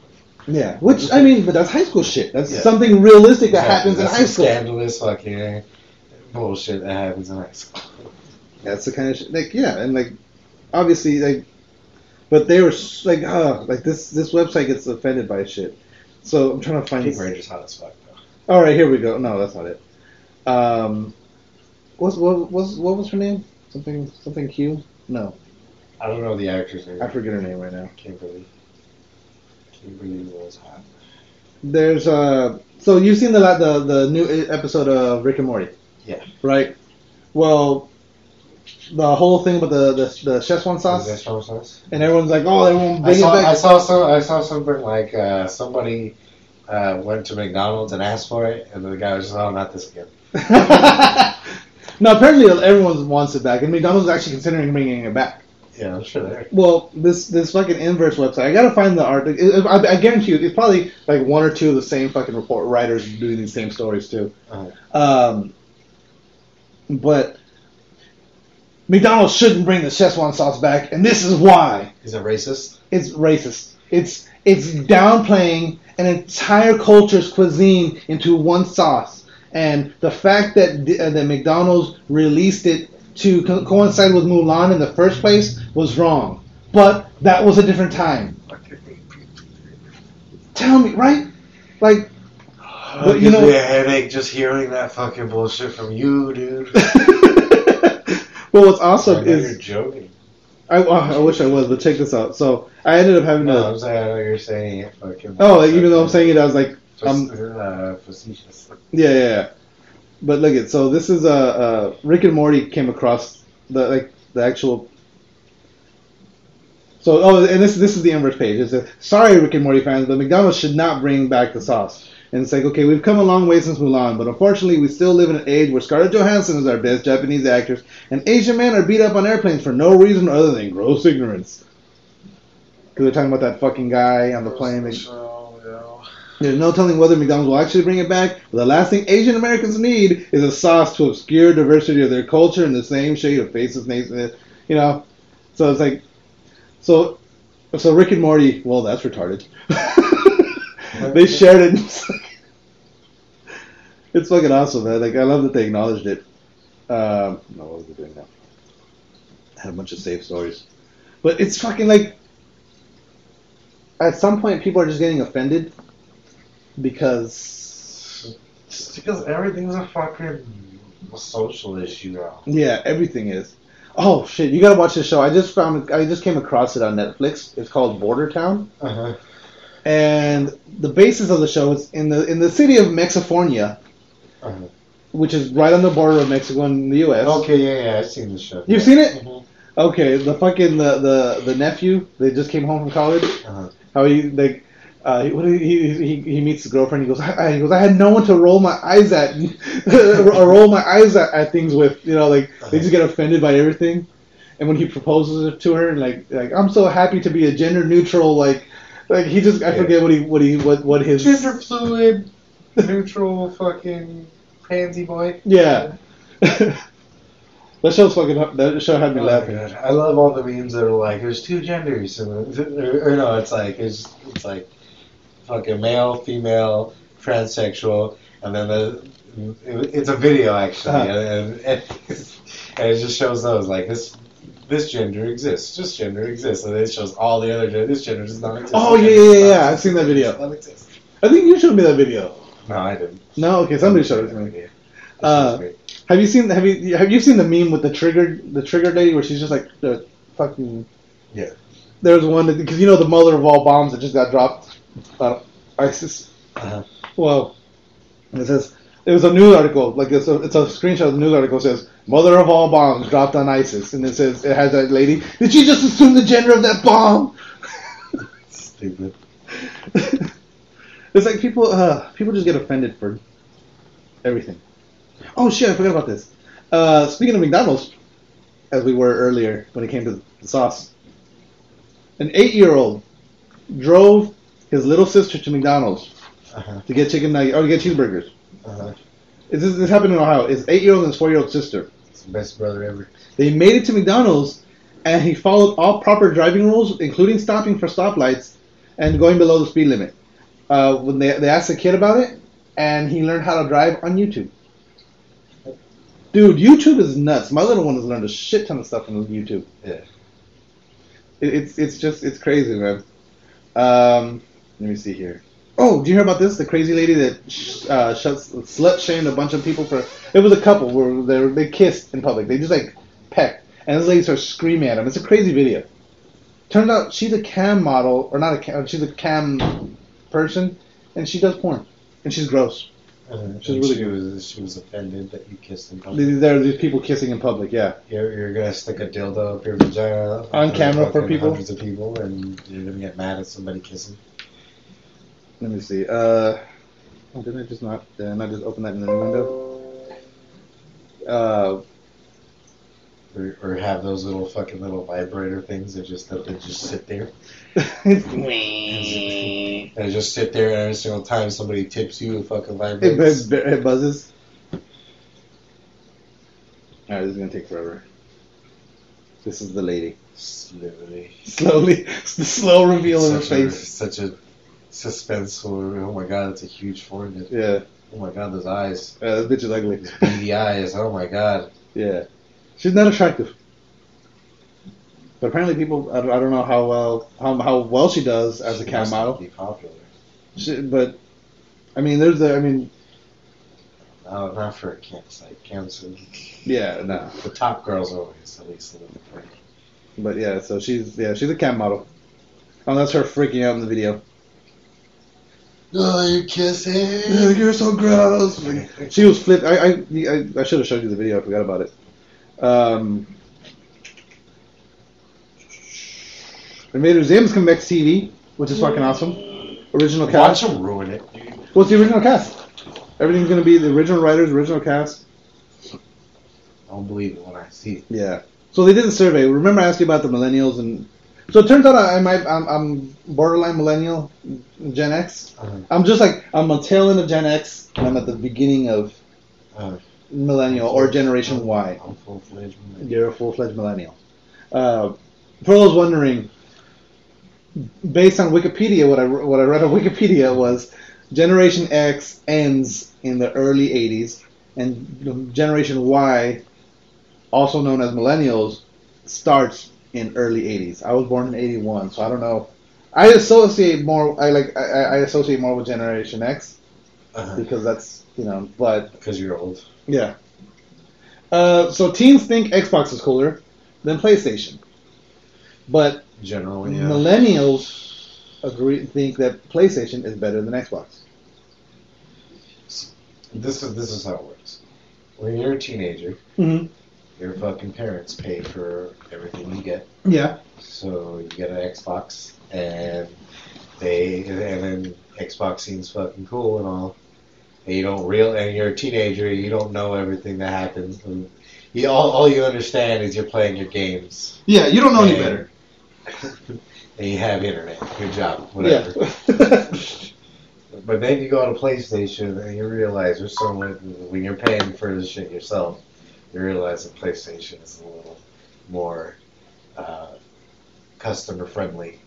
B: yeah. Which I mean, but that's high school shit. That's
D: Yeah.
B: something realistic that
D: Exactly.
B: happens in
D: That's
B: high
D: some
B: school.
D: Scandalous fucking bullshit that happens in high school.
B: That's the kind of shit. Like yeah, and like obviously like, but they were s- like uh like this this website gets offended by shit. So I'm trying to find.
D: Pink
B: this-
D: Ranger's hot as fuck though.
B: All right, here we go. No, that's not it. Um, what's what was what was her name? Something something Q? No,
D: I don't know the actor's name.
B: I forget her name right now.
D: Kimberly. Kimberly was hot.
B: There's uh so you've seen the la- the the new e- episode of Rick and Morty.
D: Yeah.
B: Right. Well, the whole thing about the the, the Szechuan
D: Is that
B: sauce,
D: strong sauce?
B: and everyone's like, oh, they won't
D: I
B: bring it
D: saw, I
B: back.
D: saw some. I saw something like uh, somebody uh, went to McDonald's and asked for it, and the guy was just, "Oh, not this again."
B: (laughs) no, apparently everyone wants it back, and McDonald's is actually considering bringing it back.
D: Yeah, I'm sure there.
B: Well, this this fucking inverse website. I gotta find the art. It- it- I, I guarantee you, it's probably like one or two of the same fucking report writers doing these same stories too.
D: Uh-huh.
B: Um, but McDonald's shouldn't bring the Szechuan sauce back, and this is why.
D: Is it racist?
B: It's racist. It's it's downplaying an entire culture's cuisine into one sauce, and the fact that uh, that McDonald's released it to co- coincide with Mulan in the first place was wrong. But that was a different time. Tell me, right? Like, (laughs)
D: Oh,
B: but
D: it
B: you
D: gives
B: know,
D: me a headache just hearing that fucking bullshit from you, dude.
B: well, what's
D: I
B: awesome
D: know you're
B: is
D: joking.
B: I, I wish I was, but check this out. So I ended up having
D: No, I'm
B: to.
D: saying I know you're saying it fucking.
B: Oh, like, even though I'm saying it, I was like,
D: Just,
B: I'm-
D: uh, facetious.
B: Yeah, yeah, yeah. But look at so this is uh, uh Rick and Morty came across the like the actual. So oh, and this this is the inverse page. It says, "Sorry, Rick and Morty fans, but McDonald's should not bring back the sauce." And it's like, okay, we've come a long way since Mulan, but unfortunately, we still live in an age where Scarlett Johansson is our best Japanese actress, and Asian men are beat up on airplanes for no reason other than gross ignorance. Because they're talking about that fucking guy on the plane. that-
D: Oh, no.
B: there's no telling whether McDonald's will actually bring it back, but the last thing Asian Americans need is a sauce to obscure diversity of their culture and the same shade of faces, names, you know. So it's like, so, so Rick and Morty. Well, that's retarded. (laughs) they shared it. (laughs) it's fucking awesome, man. Like I love that they acknowledged it. Um, no, what was I doing now? I had a bunch of safe stories, but it's fucking like. At some point, people are just getting offended because
D: Just because everything's a fucking social issue now.
B: yeah, everything is. Oh shit! You gotta watch this show. I just found. I just came across it on Netflix. It's called Border Town,
D: Uh-huh.
B: and the basis of the show is in the in the city of Mexifornia,
D: Uh-huh.
B: which is right on the border of Mexico and the U.S.
D: Okay, yeah, yeah, I've seen the show.
B: You've seen it?
D: Mhm.
B: Okay, the fucking the, the the nephew they just came home from college.
D: Uh-huh.
B: How he like. Uh, he- what do you- he, he he meets his girlfriend. He goes. I, I, he goes. I had no one to roll my eyes at, (laughs) or roll my eyes at, at things with. You know, like they just get offended by everything. and when he proposes it to her, and like like I'm so happy to be a gender neutral like like he just I
D: Yeah.
B: forget what he what he what what his
D: Gender fluid, neutral, fucking pansy boy.
B: yeah. (laughs) that show's fucking hu- that show had me laughing.
D: Oh God. I love all the memes that are like, there's two genders, and (laughs) or, or no, it's like it's it's like fucking male, female, transsexual, and then the, it- it's a video actually,
B: Uh-huh.
D: and, and, and, (laughs) it just shows those like this this gender exists, this gender exists, and it shows all the other gender. This gender does not exist.
B: Oh yeah
D: This
B: yeah
D: gender does
B: yeah, yeah.
D: not
B: I've seen that
D: exist,
B: video.
D: does not exist.
B: I think you showed me that video.
D: No, I didn't.
B: No, okay, somebody showed it to me.
D: Yeah. This
B: Uh,
D: is me.
B: Have you seen have you have you seen the meme with the trigger the trigger lady where she's just like the fucking
D: Yeah.
B: There was one because you know the mother of all bombs that just got dropped, uh, ISIS.
D: Uh-huh.
B: Well, it says it was a news article like it's a, it's a screenshot of the news article says mother of all bombs dropped on ISIS and it says it has that lady. Did she just assume the gender of that bomb?
D: Stupid.
B: (laughs) it's like people uh, people just get offended for everything. Oh shit, I forgot about this. Uh, speaking of McDonald's, as we were earlier when it came to the sauce, an eight-year-old drove his little sister to McDonald's
D: Uh-huh.
B: to get chicken nugget or to get cheeseburgers.
D: Uh-huh.
B: This, is- this happened in Ohio. His eight-year-old and his four-year-old sister.
D: It's the best brother ever.
B: They made it to McDonald's, and he followed all proper driving rules, including stopping for stoplights and going below the speed limit. Uh, when they, they asked the kid about it, and he learned how to drive on YouTube. Dude, YouTube is nuts. My little one has learned a shit ton of stuff from YouTube.
D: Yeah.
B: It, it's it's just it's crazy, man. Um, let me see here. Oh, did you hear about this? The crazy lady that sh- uh, shuts, slut shamed a bunch of people for. It was a couple where they were- they kissed in public. They just like pecked, and this lady starts screaming at him. It's a crazy video. Turns out she's a cam model, or not a cam. She's a cam person, and she does porn, and she's gross.
D: Uh,
B: She's
D: and
B: really
D: she was she was offended that you kissed in public.
B: There are these people kissing in public. Yeah.
D: You're, you're gonna stick a dildo up your vagina
B: On camera for
D: fucking
B: people?
D: hundreds of people, and you're gonna get mad at somebody kissing.
B: Let me see. Uh, oh, didn't I just not? Did I not just open that in the new window? Uh, (laughs)
D: Or, or have those little fucking little vibrator things that just that they just sit there
E: Wee.
D: and they just sit there and every single time somebody tips you, it fucking
B: It,
D: vibrates.
B: bu- bu- it buzzes. Alright, this is gonna take forever. This is the lady. (laughs)
D: Slowly.
B: Slowly, (laughs) it's the slow reveal of her
D: Such a,
B: face.
D: such a suspenseful. Oh my god, it's a huge forehead.
B: Yeah,
D: Oh my god, those eyes,
B: uh, this bitch is ugly.
D: those (laughs) beady eyes. Oh my god.
B: Yeah, she's not attractive. But apparently, people I don't, I don't know how well how, how well she does as a
D: She
B: cat
D: must
B: model.
D: be popular.
B: She, but I mean, there's the I mean,
D: No, Oh, not for a campsite. Campsite.
B: yeah, no.
D: The top girl's always at least a little pretty.
B: But yeah, so she's yeah she's a cat model. Unless her freaking out in the video.
D: Oh, you kissing?
B: Ugh, You're so gross. She was flipped. I I, I, I should have showed you the video. I forgot about it. Um, they made Museums come back to TV, which is fucking awesome. Original
D: Watch
B: cast.
D: him ruin it. dude.
B: What's the original cast? Everything's gonna be the original writers, original cast.
D: I don't believe it when I see it.
B: Yeah. So they did a survey. Remember, I asked you about the millennials, and so it turns out I, I might I'm, I'm borderline millennial, Gen X.
D: Uh-huh.
B: I'm just like I'm a tail end of Gen X, and I'm at the beginning of
D: Uh,
B: millennial or Generation Y.
D: I'm full fledged.
B: You're a full fledged millennial. Uh, for those wondering, based on Wikipedia, what I what I read on (laughs) Wikipedia was Generation X ends in the early '80s, and Generation Y, also known as millennials, starts in early '80s. I was born in '81, so I don't know. I associate more. I like. I, I I associate more with Generation X
D: Uh-huh.
B: because that's you know. But
D: Because you're old.
B: yeah. Uh, so teens think Xbox is cooler than PlayStation, but
D: Generally, Oh, yeah.
B: millennials agree think that PlayStation is better than Xbox.
D: this is this is how it works. When you're a teenager,
B: Mm-hmm.
D: your fucking parents pay for everything you get.
B: Yeah.
D: So you get an Xbox, and they and then Xbox seems fucking cool and all, and you don't real and you're a teenager, you don't know everything that happens. And you, all, all you understand is you're playing your games
E: Yeah, you don't know any
D: Yeah.
E: better.
D: (laughs) and you have internet. Good job,
B: Yeah.
D: whatever. (laughs) But then you go on a PlayStation and you realize there's so much when you're paying for this shit yourself, you realize that PlayStation is a little more uh, customer friendly.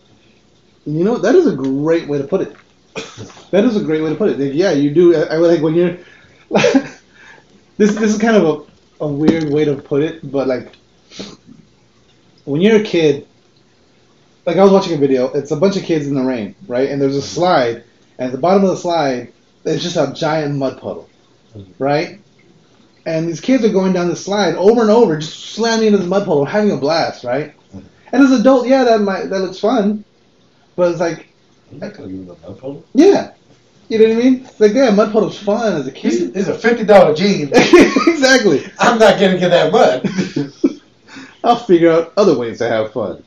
B: you know that is a great way to put it. (coughs) That is a great way to put it. Like, yeah, you do. I I- like when you're. (laughs) this this is kind of a, a weird way to put it, but like when you're a kid, like I was watching a video. It's a bunch of kids in the rain, right? And there's a slide, and at the bottom of the slide, it's just a giant mud puddle, right? And these kids are going down the slide over and over, just slamming into the mud puddle, having a blast, right? And as an adult, yeah, that might that looks fun, but it's like,
D: I'm not gonna give them a phone.
B: yeah, you know what I mean? It's like, yeah, mud puddle's fun as a
D: He's,
B: kid.
D: he's a fifty dollar jean. (laughs)
B: (laughs) exactly. (laughs)
D: I'm not gonna get
E: (laughs)
D: that mud.
B: I'll figure out other ways to have fun.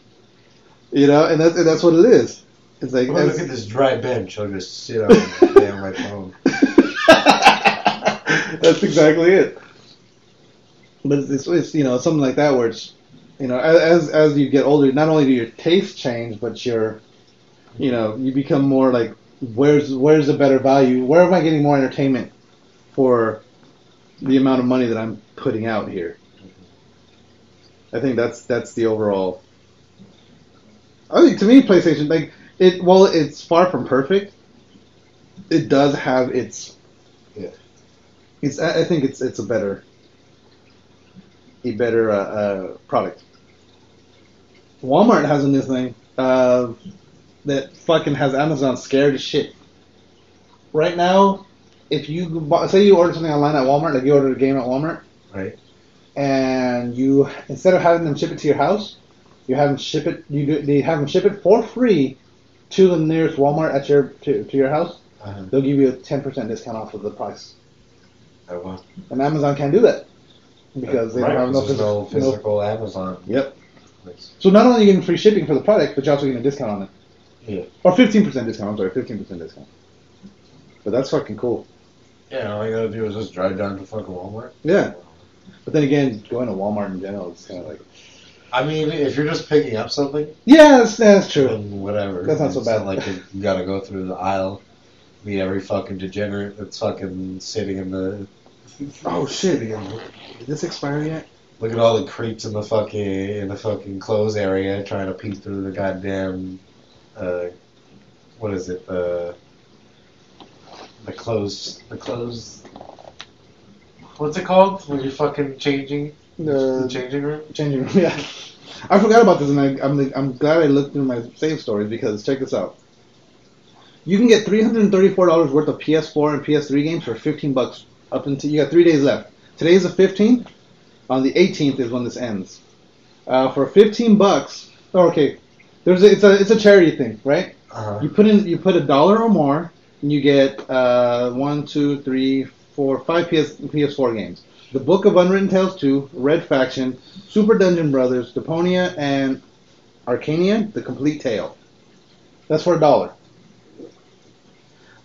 B: You know, and that's and that's what it is. It's like
D: I'm gonna look at this
B: that's-
D: dry bench. I'll just sit on it damn my phone.
B: (laughs) that's exactly it. But it's, it's, it's you know something like that where it's you know a- as as you get older, not only do your tastes change, but your you know you become more like where's where's the better value? Where am I getting more entertainment for the amount of money that I'm putting out here? I think that's that's the overall. I think to me, PlayStation like it. While it's far from perfect, it does have its it's. I I think it's it's a better, a better uh, uh, product. Walmart has a new thing uh, that fucking has Amazon scared as shit. Right now, if you bu- say you order something online at Walmart, like you ordered a game at Walmart,
D: Right.
B: and you instead of having them ship it to your house, you have them ship it. You do, they have them ship it for free to the nearest Walmart at your to, to your house.
D: Uh,
B: They'll give you a ten percent discount off of the price.
D: I want
B: And Amazon can't do that because they
D: Right,
B: don't have
D: 'cause
B: enough
D: there's no
B: no-
D: physical Amazon.
B: Yep. So not only are you getting free shipping for the product, but you're also getting a discount on it.
D: Yeah.
B: Or fifteen percent discount. I'm sorry, fifteen percent discount. But that's fucking cool.
D: Yeah, all you gotta do is just drive down to fucking Walmart.
B: Yeah. But then again, going to Walmart in general is kind of like
D: I mean, if you're just picking up something,
B: yeah, that's, that's true.
D: then whatever.
B: That's not so
D: It's
B: bad.
D: like you, you gotta go through the aisle, meet every fucking degenerate that's fucking sitting in the.
B: Oh shit! Did this expire yet?
D: Look at all the creeps in the fucking in the fucking clothes area trying to peek through the goddamn. Uh, what is it? The the clothes. The clothes. What's it called when you're fucking changing?
B: Uh,
D: the changing room.
B: changing room. (laughs) Yeah, I forgot about this, and I, I'm I'm glad I looked through my save stories because check this out. You can get three hundred and thirty-four dollars worth of PS4 and PS3 games for fifteen bucks. Up until you got three days left. Today is the fifteenth. On the eighteenth is when this ends. Uh, for fifteen bucks. Oh, okay, there's a, it's a it's a charity thing, right?
D: Uh-huh.
B: You put in you put a dollar or more, and you get uh, one, two, three, four, five PS PS4 games. The Book of Unwritten Tales 2, Red Faction, Super Dungeon Brothers, Deponia, and Arcania: The Complete Tale. That's for a dollar.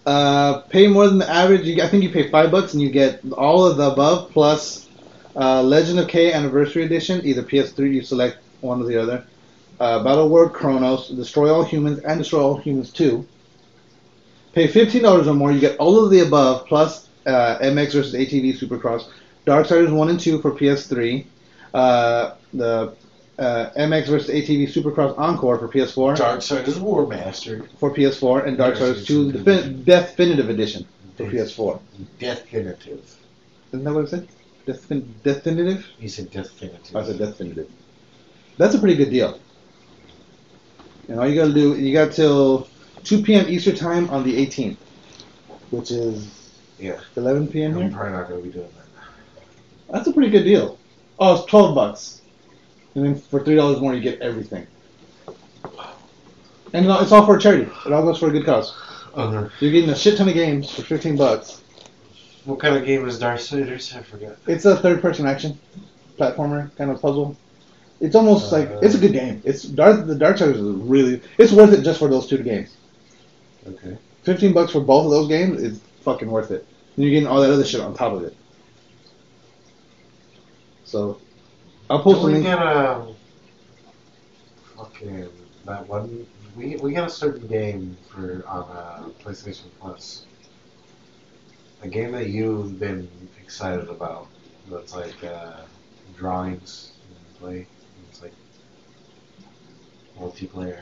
B: Uh, pay more than the average. You, I think you pay five bucks, and you get all of the above plus uh, Legend of K Anniversary Edition, either PS3. You select one or the other uh, Battle World Chronos, Destroy All Humans, and Destroy All Humans 2. Pay $15 or more, you get all of the above, plus uh, MX versus ATV Supercross, Darksiders 1 and 2 for PS3, uh, the uh, MX versus ATV Supercross Encore for PS4,
D: Dark Side is War Master.
B: for PS4, and Darksiders 2 Defin- Definitive Edition for PS4.
D: Definitive.
B: Isn't that what I said? Defin- definitive?
D: He said definitive.
B: I said definitive. That's a pretty good deal. And all you gotta do, you got till 2 p.m. Eastern time on the 18th, which is
D: Yeah.
B: 11 p.m.
D: I'm
B: here.
D: probably not gonna be doing that.
B: That's a pretty good deal. Oh, it's 12 bucks, and then for three dollars more, you get everything. And it all- it's all for a charity. It all goes for a good cause.
D: Uh-huh.
B: You're getting a shit ton of games for 15 bucks.
D: What kind of game is Darksiders? I forgot.
B: It's a third-person action platformer kind of puzzle. It's almost like it's a good game. It's Dark. The Dark Darksiders is really. It's worth it just for those two games.
D: Okay.
B: Fifteen bucks for both of those games is fucking worth it. And you're getting all that other shit on top of it. So, I'll post
D: Did
B: a
D: we
B: link.
D: get a fucking that one? We we got a certain game for on uh, PlayStation Plus. A game that you've been excited about. That's like uh, drawings and play. It's like multiplayer.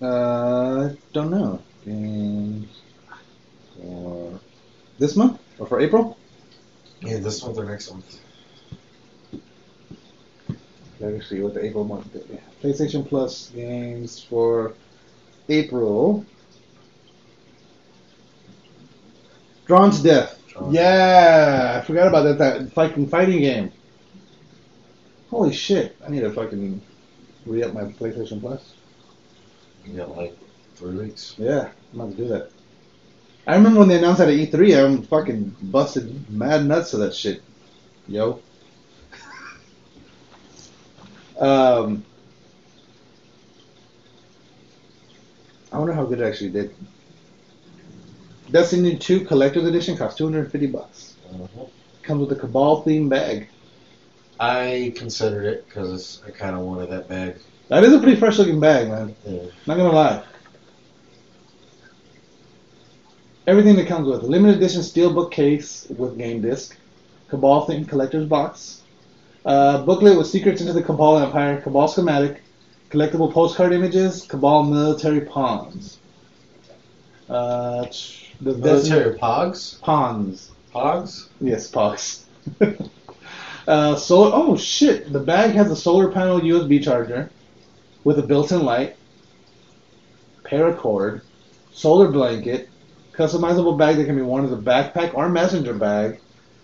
B: Uh, don't know. Games for this month or for April?
D: Yeah, this one's our next one.
B: Let me see what the April month did. PlayStation Plus games for April. Drawn to Death.
D: Drawn.
B: Yeah, I forgot about that. That fucking fighting game. Holy shit! I need to fucking re-up my PlayStation Plus.
D: You got like three weeks.
B: Yeah, I'm about to do that. I remember when they announced that at E3, I'm fucking busted mad nuts to that shit, yo. (laughs) um, I wonder how good it actually did. Destiny 2 Collector's Edition costs 250 bucks.
D: Uh-huh.
B: Comes with a Cabal theme bag.
D: I considered it because I kind of wanted that bag.
B: That is a pretty fresh looking bag, man.
D: Yeah.
B: Not gonna lie. Everything that comes with limited edition steel bookcase with game disc, Cabal themed collector's box, uh, booklet with secrets into the Cabal Empire, Cabal schematic, collectible postcard images, Cabal military pawns. Uh, tch, the Destiny-
D: Military pogs.
B: pawns.
D: Pogs.
B: Yes, Pox. (laughs) uh, solar. Oh shit! The bag has a solar panel USB charger with a built-in light, paracord, solar blanket, customizable bag that can be worn as a backpack or messenger bag,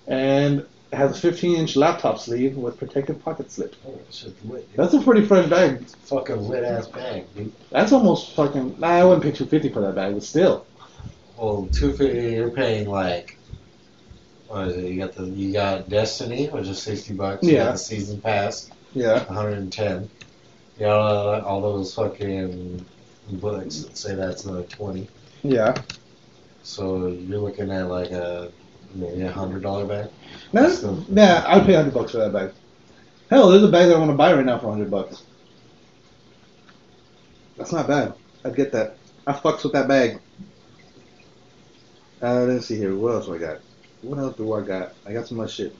B: and it has a 15-inch laptop sleeve with protective pocket slip.
D: Oh, it's just lit. dude.
B: That's a pretty fresh bag.
D: fucking lit ass bag, dude.
B: That's almost fucking. nah, I wouldn't pay 250 for that bag, but still.
D: Well, two fifty, you're paying like, what is it? You got the you got Destiny, which is sixty bucks. You
B: Yeah.
D: got the season pass,
B: Yeah.
D: one hundred and ten. You got all, that- all those fucking books. Let's say that's another twenty.
B: Yeah.
D: So you're looking at like a maybe a hundred dollar bag.
B: Nah,
D: So-
B: nah, I'd pay 100 bucks for that bag. Hell, there's a bag that I want to buy right now for 100 bucks. That's not bad. I'd get that. I fucks with that bag. Uh, let's see here. What else do I got? What else do I got? I got some more shit.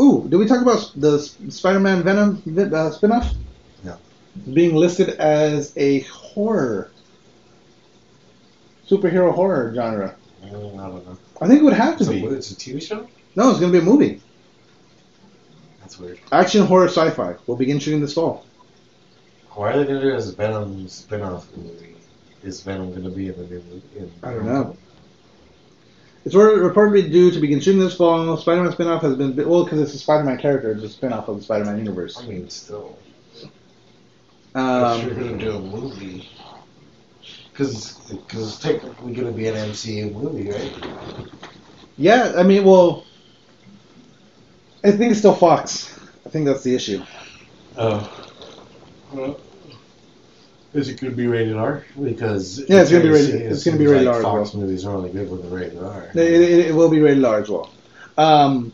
B: Ooh, did we talk about the S- Spider-Man Venom vi- uh, spinoff?
D: No.
B: Being listed as a horror, superhero horror genre.
D: I don't know.
B: I think it would have to
D: It's a,
B: be.
D: it's a TV show.
B: No, it's gonna be a movie.
D: That's weird.
B: Action horror sci-fi. We'll begin shooting this fall.
D: Why are they gonna do this Venom spin-off movie? Is Venom gonna be in the new movie? In
B: I don't know. It's wor- reportedly due to begin shooting this fall. Spider-Man spin-off has been well because it's a Spider-Man character. It's a spin-off of the Spider-Man universe.
D: I mean, still. if you're
B: Um,
D: gonna do a movie, because it's technically gonna be an MCU movie, right?
B: yeah, I mean, well, I think it's still Fox. I think that's the issue.
D: Oh. Well, is it gonna be rated R? Because
B: Yeah, it's gonna be
D: it
B: rated-
D: seems
B: it's gonna be
D: like
B: rated R as
D: Fox movies are only good when they're rated R.
B: It, it- it will be rated R as well. Um,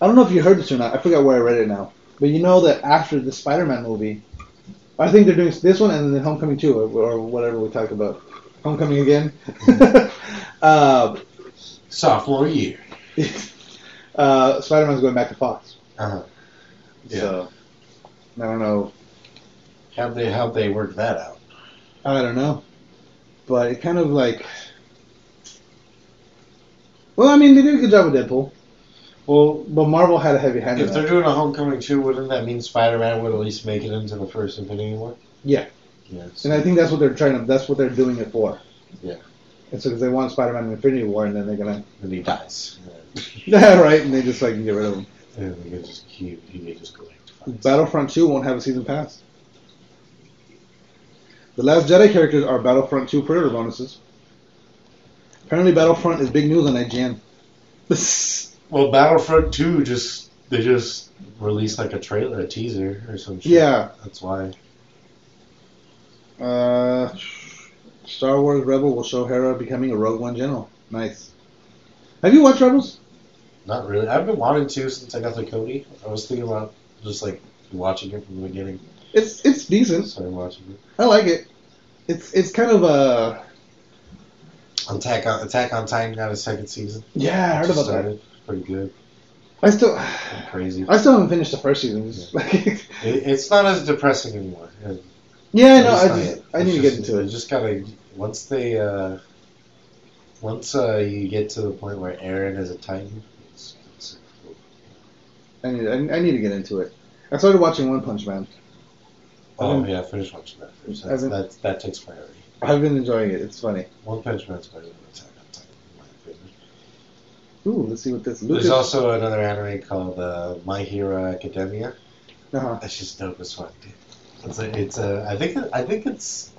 B: I don't know if you heard this or not. I forgot where I read it now. But you know that after the Spider-Man movie, I think they're doing this one and then Homecoming 2 or, or whatever we talked about. Homecoming again. (laughs) uh,
D: Sophomore year.
B: uh, Spider-Man's going back to Fox.
D: Uh-huh. Yeah.
B: So I don't know.
D: How they how they work that out?
B: I don't know. But it kind of like. Well, I mean, they did a good job with Deadpool,
D: Well,
B: but Marvel had a heavy hand. in
D: If
B: that.
D: they're doing a Homecoming 2, wouldn't that mean Spider-Man would at least make it into the first Infinity War?
B: Yeah.
D: Yes.
B: And I think that's what they're trying to. That's what they're doing it for.
D: Yeah.
B: And so because they want Spider-Man in Infinity War, and then they're gonna (laughs)
D: Then he dies.
B: yeah right, and they just like get rid of him.
D: And he could just keep, he could just go back to Fox.
B: Battlefront Two won't have a season pass. The Last Jedi characters are Battlefront Two pre-order bonuses. Apparently, Battlefront is big news on IGN. (laughs)
D: Well, Battlefront 2 just, they just released like a trailer, a teaser or some shit.
B: yeah.
D: That's why.
B: Uh, Star Wars Rebel will show Hera becoming a Rogue One general. Nice. Have you watched Rebels?
D: Not really. I've been wanting to since I got the Cody. I was thinking about just like watching it from the beginning.
B: It's it's decent.
D: Started watching it.
B: I like it. It's it's kind of a
D: Attack on Attack on Titan got a second season.
B: yeah. I heard
D: Just
B: about that.
D: started. Pretty good.
B: I still
D: Crazy.
B: I still haven't finished the first season. It's (laughs) like-
D: It, it's not as depressing anymore. Yeah.
B: yeah, no,
D: It's
B: I
D: not
B: just
D: it.
B: I
D: It's
B: need
D: just-
B: to get into
D: You
B: it.
D: just gotta once they uh, once uh, you get to the point where Aaron is a Titan. It's, it's
B: I need I, I need to get into it. I started watching One Punch Man.
D: oh
B: haven't-
D: yeah, finish watching that first.
B: I
D: That's,
B: haven't-
D: that that takes priority.
B: I've been enjoying it. It's funny.
D: One Punch Man's better than Attack on Titan. In my opinion.
B: Ooh, let's see what this. Lucas.
D: There's also another anime called uh, My Hero Academia.
B: uh-huh.
D: That's just dope as fuck, dude. It's a, it's a, I think I think it's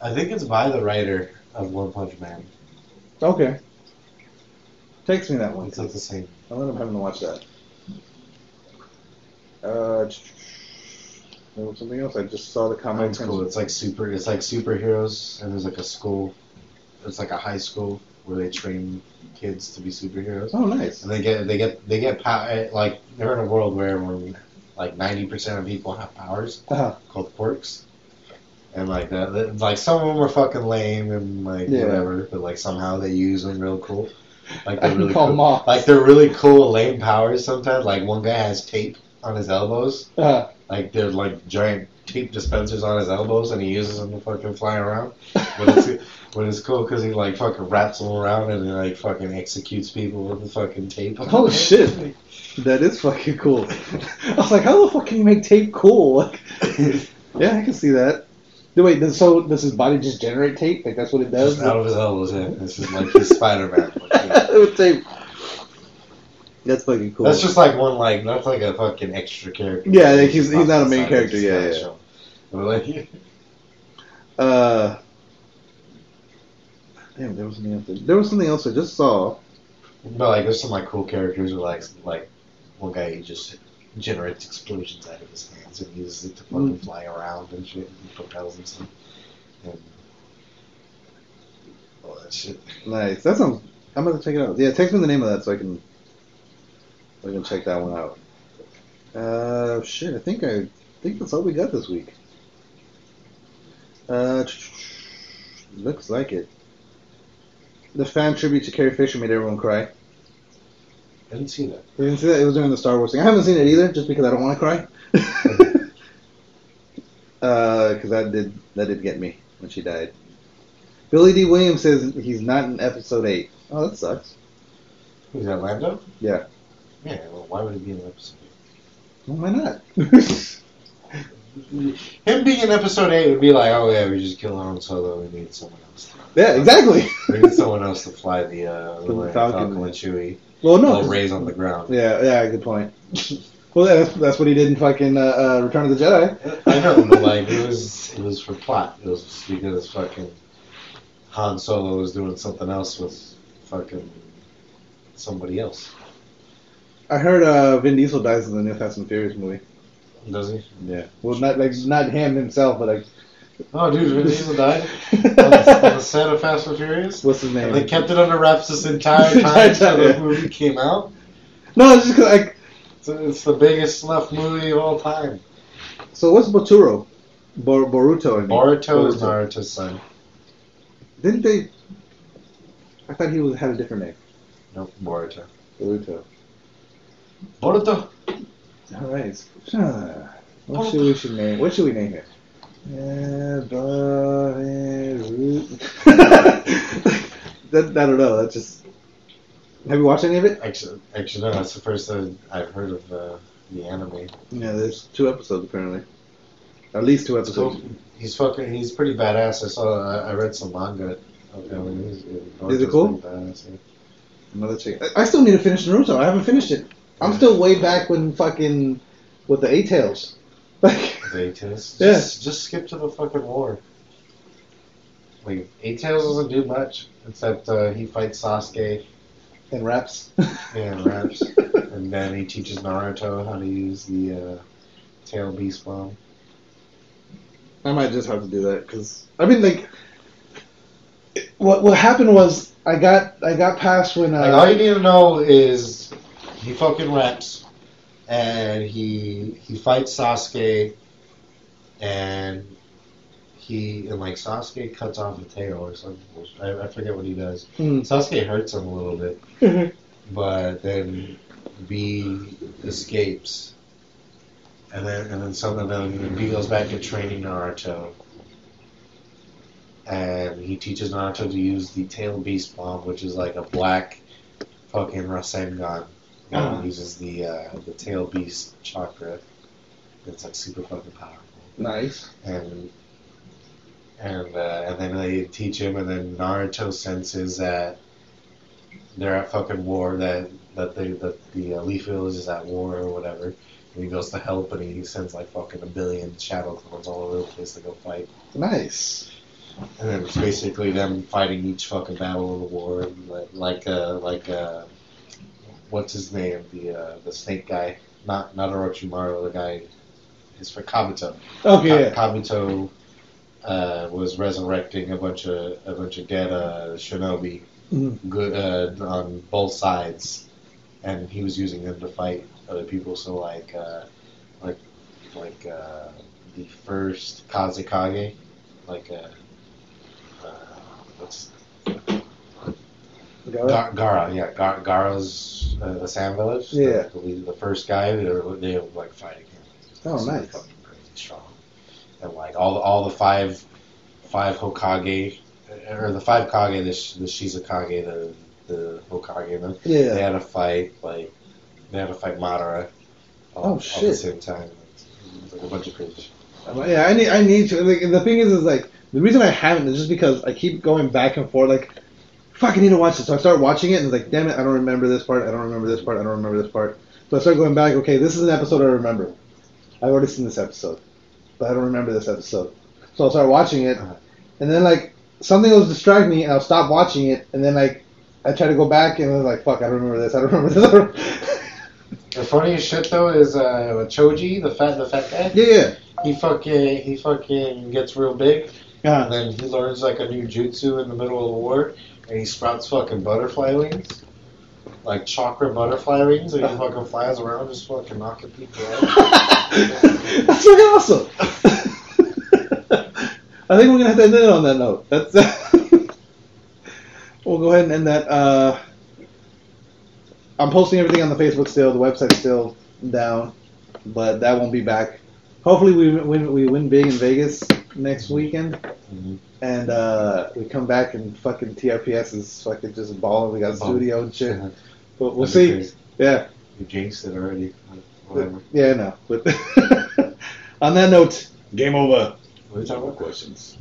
D: I think it's by the writer of One Punch Man.
B: Okay. Takes me that one.
D: It's like the same.
B: I end up having to watch that. Uh, there was something else. I just saw the
D: Mine's
B: comment.
D: cool. It's like super. It's like superheroes, and there's like a school. It's like a high school where they train kids to be superheroes,
B: Oh, nice.
D: and they get they get they get power. Like they're in a world where everyone, like ninety percent of people have powers
B: Uh-huh.
D: called quirks, and like that. that- Like some of them are fucking lame and like
B: Yeah.
D: whatever, but like somehow they use them real cool. Like
B: I (laughs)
D: they're
B: can
D: really
B: call
D: cool.
B: Moth.
D: Like they're really cool lame powers sometimes. Like one guy has tape on his elbows.
B: Uh,
D: Like they're like giant tape dispensers on his elbows, and he uses them to fucking fly around. But it's, (laughs) but it's cool because he like fucking wraps them around and he like fucking executes people with the fucking tape.
B: (laughs)
D: (laughs)
B: oh shit, that is fucking cool. I was like, how the fuck can you make tape cool? Like, yeah, I can see that. No, Wait, does- so does his body just generate tape? Like that's what it does
D: Just out of his elbows. Yeah, this is like his Spider Man.
B: (laughs) with tape. That's fucking cool.
D: That's just like one like that's like a fucking extra character.
B: Yeah, like, he's- he's not a main
D: It's
B: character,
D: not
B: yeah, yeah.
D: shown. But like, (laughs)
B: Uh, damn, there was something else. There was something else I just saw.
D: but like there's some like cool characters where like like one guy he just generates explosions out of his hands and uses it to fucking
B: Mm.
D: fly around and shit and propels himself and all that shit.
B: Nice. That sounds. I'm gonna check it out. Yeah, text me the name of that so I can. so I can check that one out. Uh, shit. I think I think that's all we got this week. Uh, looks like it. The fan tribute to Carrie Fisher made everyone cry.
D: I didn't see that.
B: You didn't see that? It was during the Star Wars thing. I haven't seen it either, just because I don't want to cry. Because Uh, that did that did get me when she died. Billy D. Williams says he's not in Episode Eight. Oh, that sucks.
D: Who's that Lando?
B: Yeah.
D: Yeah, well why would he be in an episode
B: Well, why not?
D: eight?
B: Mm-hmm.
D: Him being in episode eight would be like, Oh yeah, we just killed Han Solo, we need someone else.
B: yeah, exactly.
D: We need someone else to fly the uh
B: The
D: the
B: Falcon.
D: Falcon. and Chewie.
B: Well, no.
D: No,
B: 'cause-
D: rays on the ground.
B: Yeah, yeah. Good point. (laughs) Well, yeah, that's, that's what he did in fucking uh, uh, Return of the Jedi.
D: I know, but like it was it was for plot. It was because fucking Han Solo was doing something else with fucking somebody else.
B: (laughs) I heard uh, Vin Diesel dies in the new Fast and Furious movie.
D: Does he?
B: Yeah. Well, not like not him himself, but like
D: Oh, dude, Vin Diesel (laughs)
B: (laughs)
D: died on the, on the set of Fast and Furious.
B: what's his
D: And they
B: name?
D: kept it under wraps this (laughs) entire
B: This
D: time
B: entire
D: until
B: time,
D: the
B: yeah.
D: movie came out.
B: No, it's just 'cause, like.
D: So it's the biggest snuff movie of all time.
B: So what's Boturo? Bor- Boruto. I mean.
D: Boruto is Naruto's son.
B: Didn't they? I thought he was had a different name.
D: Nope, Boruto.
B: Boruto.
D: Boruto.
B: All right. Huh. What should we should name? What should we name it? Uh, Boru- (laughs) that, I don't know. That's just. Have you watched any of it?
D: Actually, actually, no. That's the first time I've heard of uh, the anime.
B: Yeah, there's two episodes apparently. At least two episodes.
D: He's fucking. He's pretty badass. I saw. I, I read some manga. Okay, I mean, he's,
B: Is it cool?
D: pretty badass, yeah.
B: Another chick. I, I still need to finish Naruto. I haven't finished it. I'm still way back when fucking with the eight tails. Like. (laughs)
D: Eight tails.
B: Yeah.
D: Just, just skip to the fucking war. Like eight tails doesn't do much except uh, he fights Sasuke (laughs)
B: and raps.
D: and
B: (laughs)
D: raps, and then he teaches Naruto how to use the uh, tail beast bomb.
B: I might just have to do that because I mean, like, what what happened was I got I got past when
D: Like all
B: uh,
D: you need to know is he fucking raps, and he he fights Sasuke, and he and like Sasuke cuts off a tail or something. I, I forget what he does.
B: mm,
D: Sasuke hurts him a little bit,
B: Mhm.
D: but then B escapes, and then and then some and then B goes back to training Naruto, and he teaches Naruto to use the Tail Beast Bomb, which is like a black fucking Rasengan. He
B: Uh-huh.
D: uses the uh, the Tail Beast chakra. It's like super fucking powerful
B: nice.
D: and and uh, and then they teach him, and then Naruto senses that they're at fucking war, that that the that the uh, Leaf Village is at war or whatever, and he goes to help, and he sends like fucking a billion shadow clones all over the place to go fight,
B: Nice.
D: and then it's basically them fighting each fucking battle of the war, and like like uh, like uh, what's his name, the uh, the snake guy, not not Orochimaru, the guy, is for Kabuto.
B: Okay.
D: Ka-
B: Oh, yeah.
D: Kabuto uh, was resurrecting a bunch of a bunch of dead uh, shinobi
B: Mhm.
D: good, uh, on both sides, and he was using them to fight other people. So like uh, like like uh, the first Kazekage, like uh, uh, what's
B: Got it?
D: Gar- Gara, yeah, Gar- Gara's uh, the Sand Village.
B: Yeah.
D: the, the, the first guy. They were, they were like fighting him.
B: Oh,
D: So
B: nice.
D: Fucking crazy strong. And like all all the five five Hokage or the five Kage, the, Sh- the Shizukage, the the Hokage, and them,
B: Yeah.
D: they had a fight. Like they had to fight Madara. All,
B: Oh,
D: All at the
B: shit.
D: same time, like a bunch of crazy. shit.
B: I'm like, Yeah, I need, I need to. And, like, and the thing is, is like the reason I haven't is just because I keep going back and forth. Like, fuck, I need to watch this. So I start watching it, and it's like, damn it, I don't remember this part. I don't remember this part. I don't remember this part. So I start going back. Okay, this is an episode I remember. I've already seen this episode, but I don't remember this episode. So I'll start watching it, and then like something will distract me, and I'll stop watching it, and then like I try to go back, and I'm like, fuck, I don't remember this. I don't remember this. (laughs) I don't remember-
D: The funniest shit though is uh, Choji, the fat the fat guy.
B: yeah, yeah.
D: He fucking he fucking gets real big. And
B: Yeah.
D: then he learns like a new jutsu in the middle of the war, and he sprouts fucking butterfly wings, like chakra butterfly wings, and he fucking flies around just fucking knocking people out.
B: (laughs) That's fucking awesome. I think we're gonna have to end it on that note. That's. (laughs) we'll go ahead and end that. Uh, I'm posting everything on the Facebook still. The website's still down, but that won't be back. Hopefully, we win, we win big in Vegas next weekend,
D: Mhm.
B: and uh, we come back and fucking TRPS is fucking just balling. We got a
D: Bomb.
B: studio and shit,
D: Oh. That'd
B: but we'll
D: be
B: see.
D: crazy.
B: Yeah.
D: You jinxed it already. Whatever.
B: Yeah, no. But (laughs) on that note,
C: Game over.
D: What are you talking about?
C: Questions.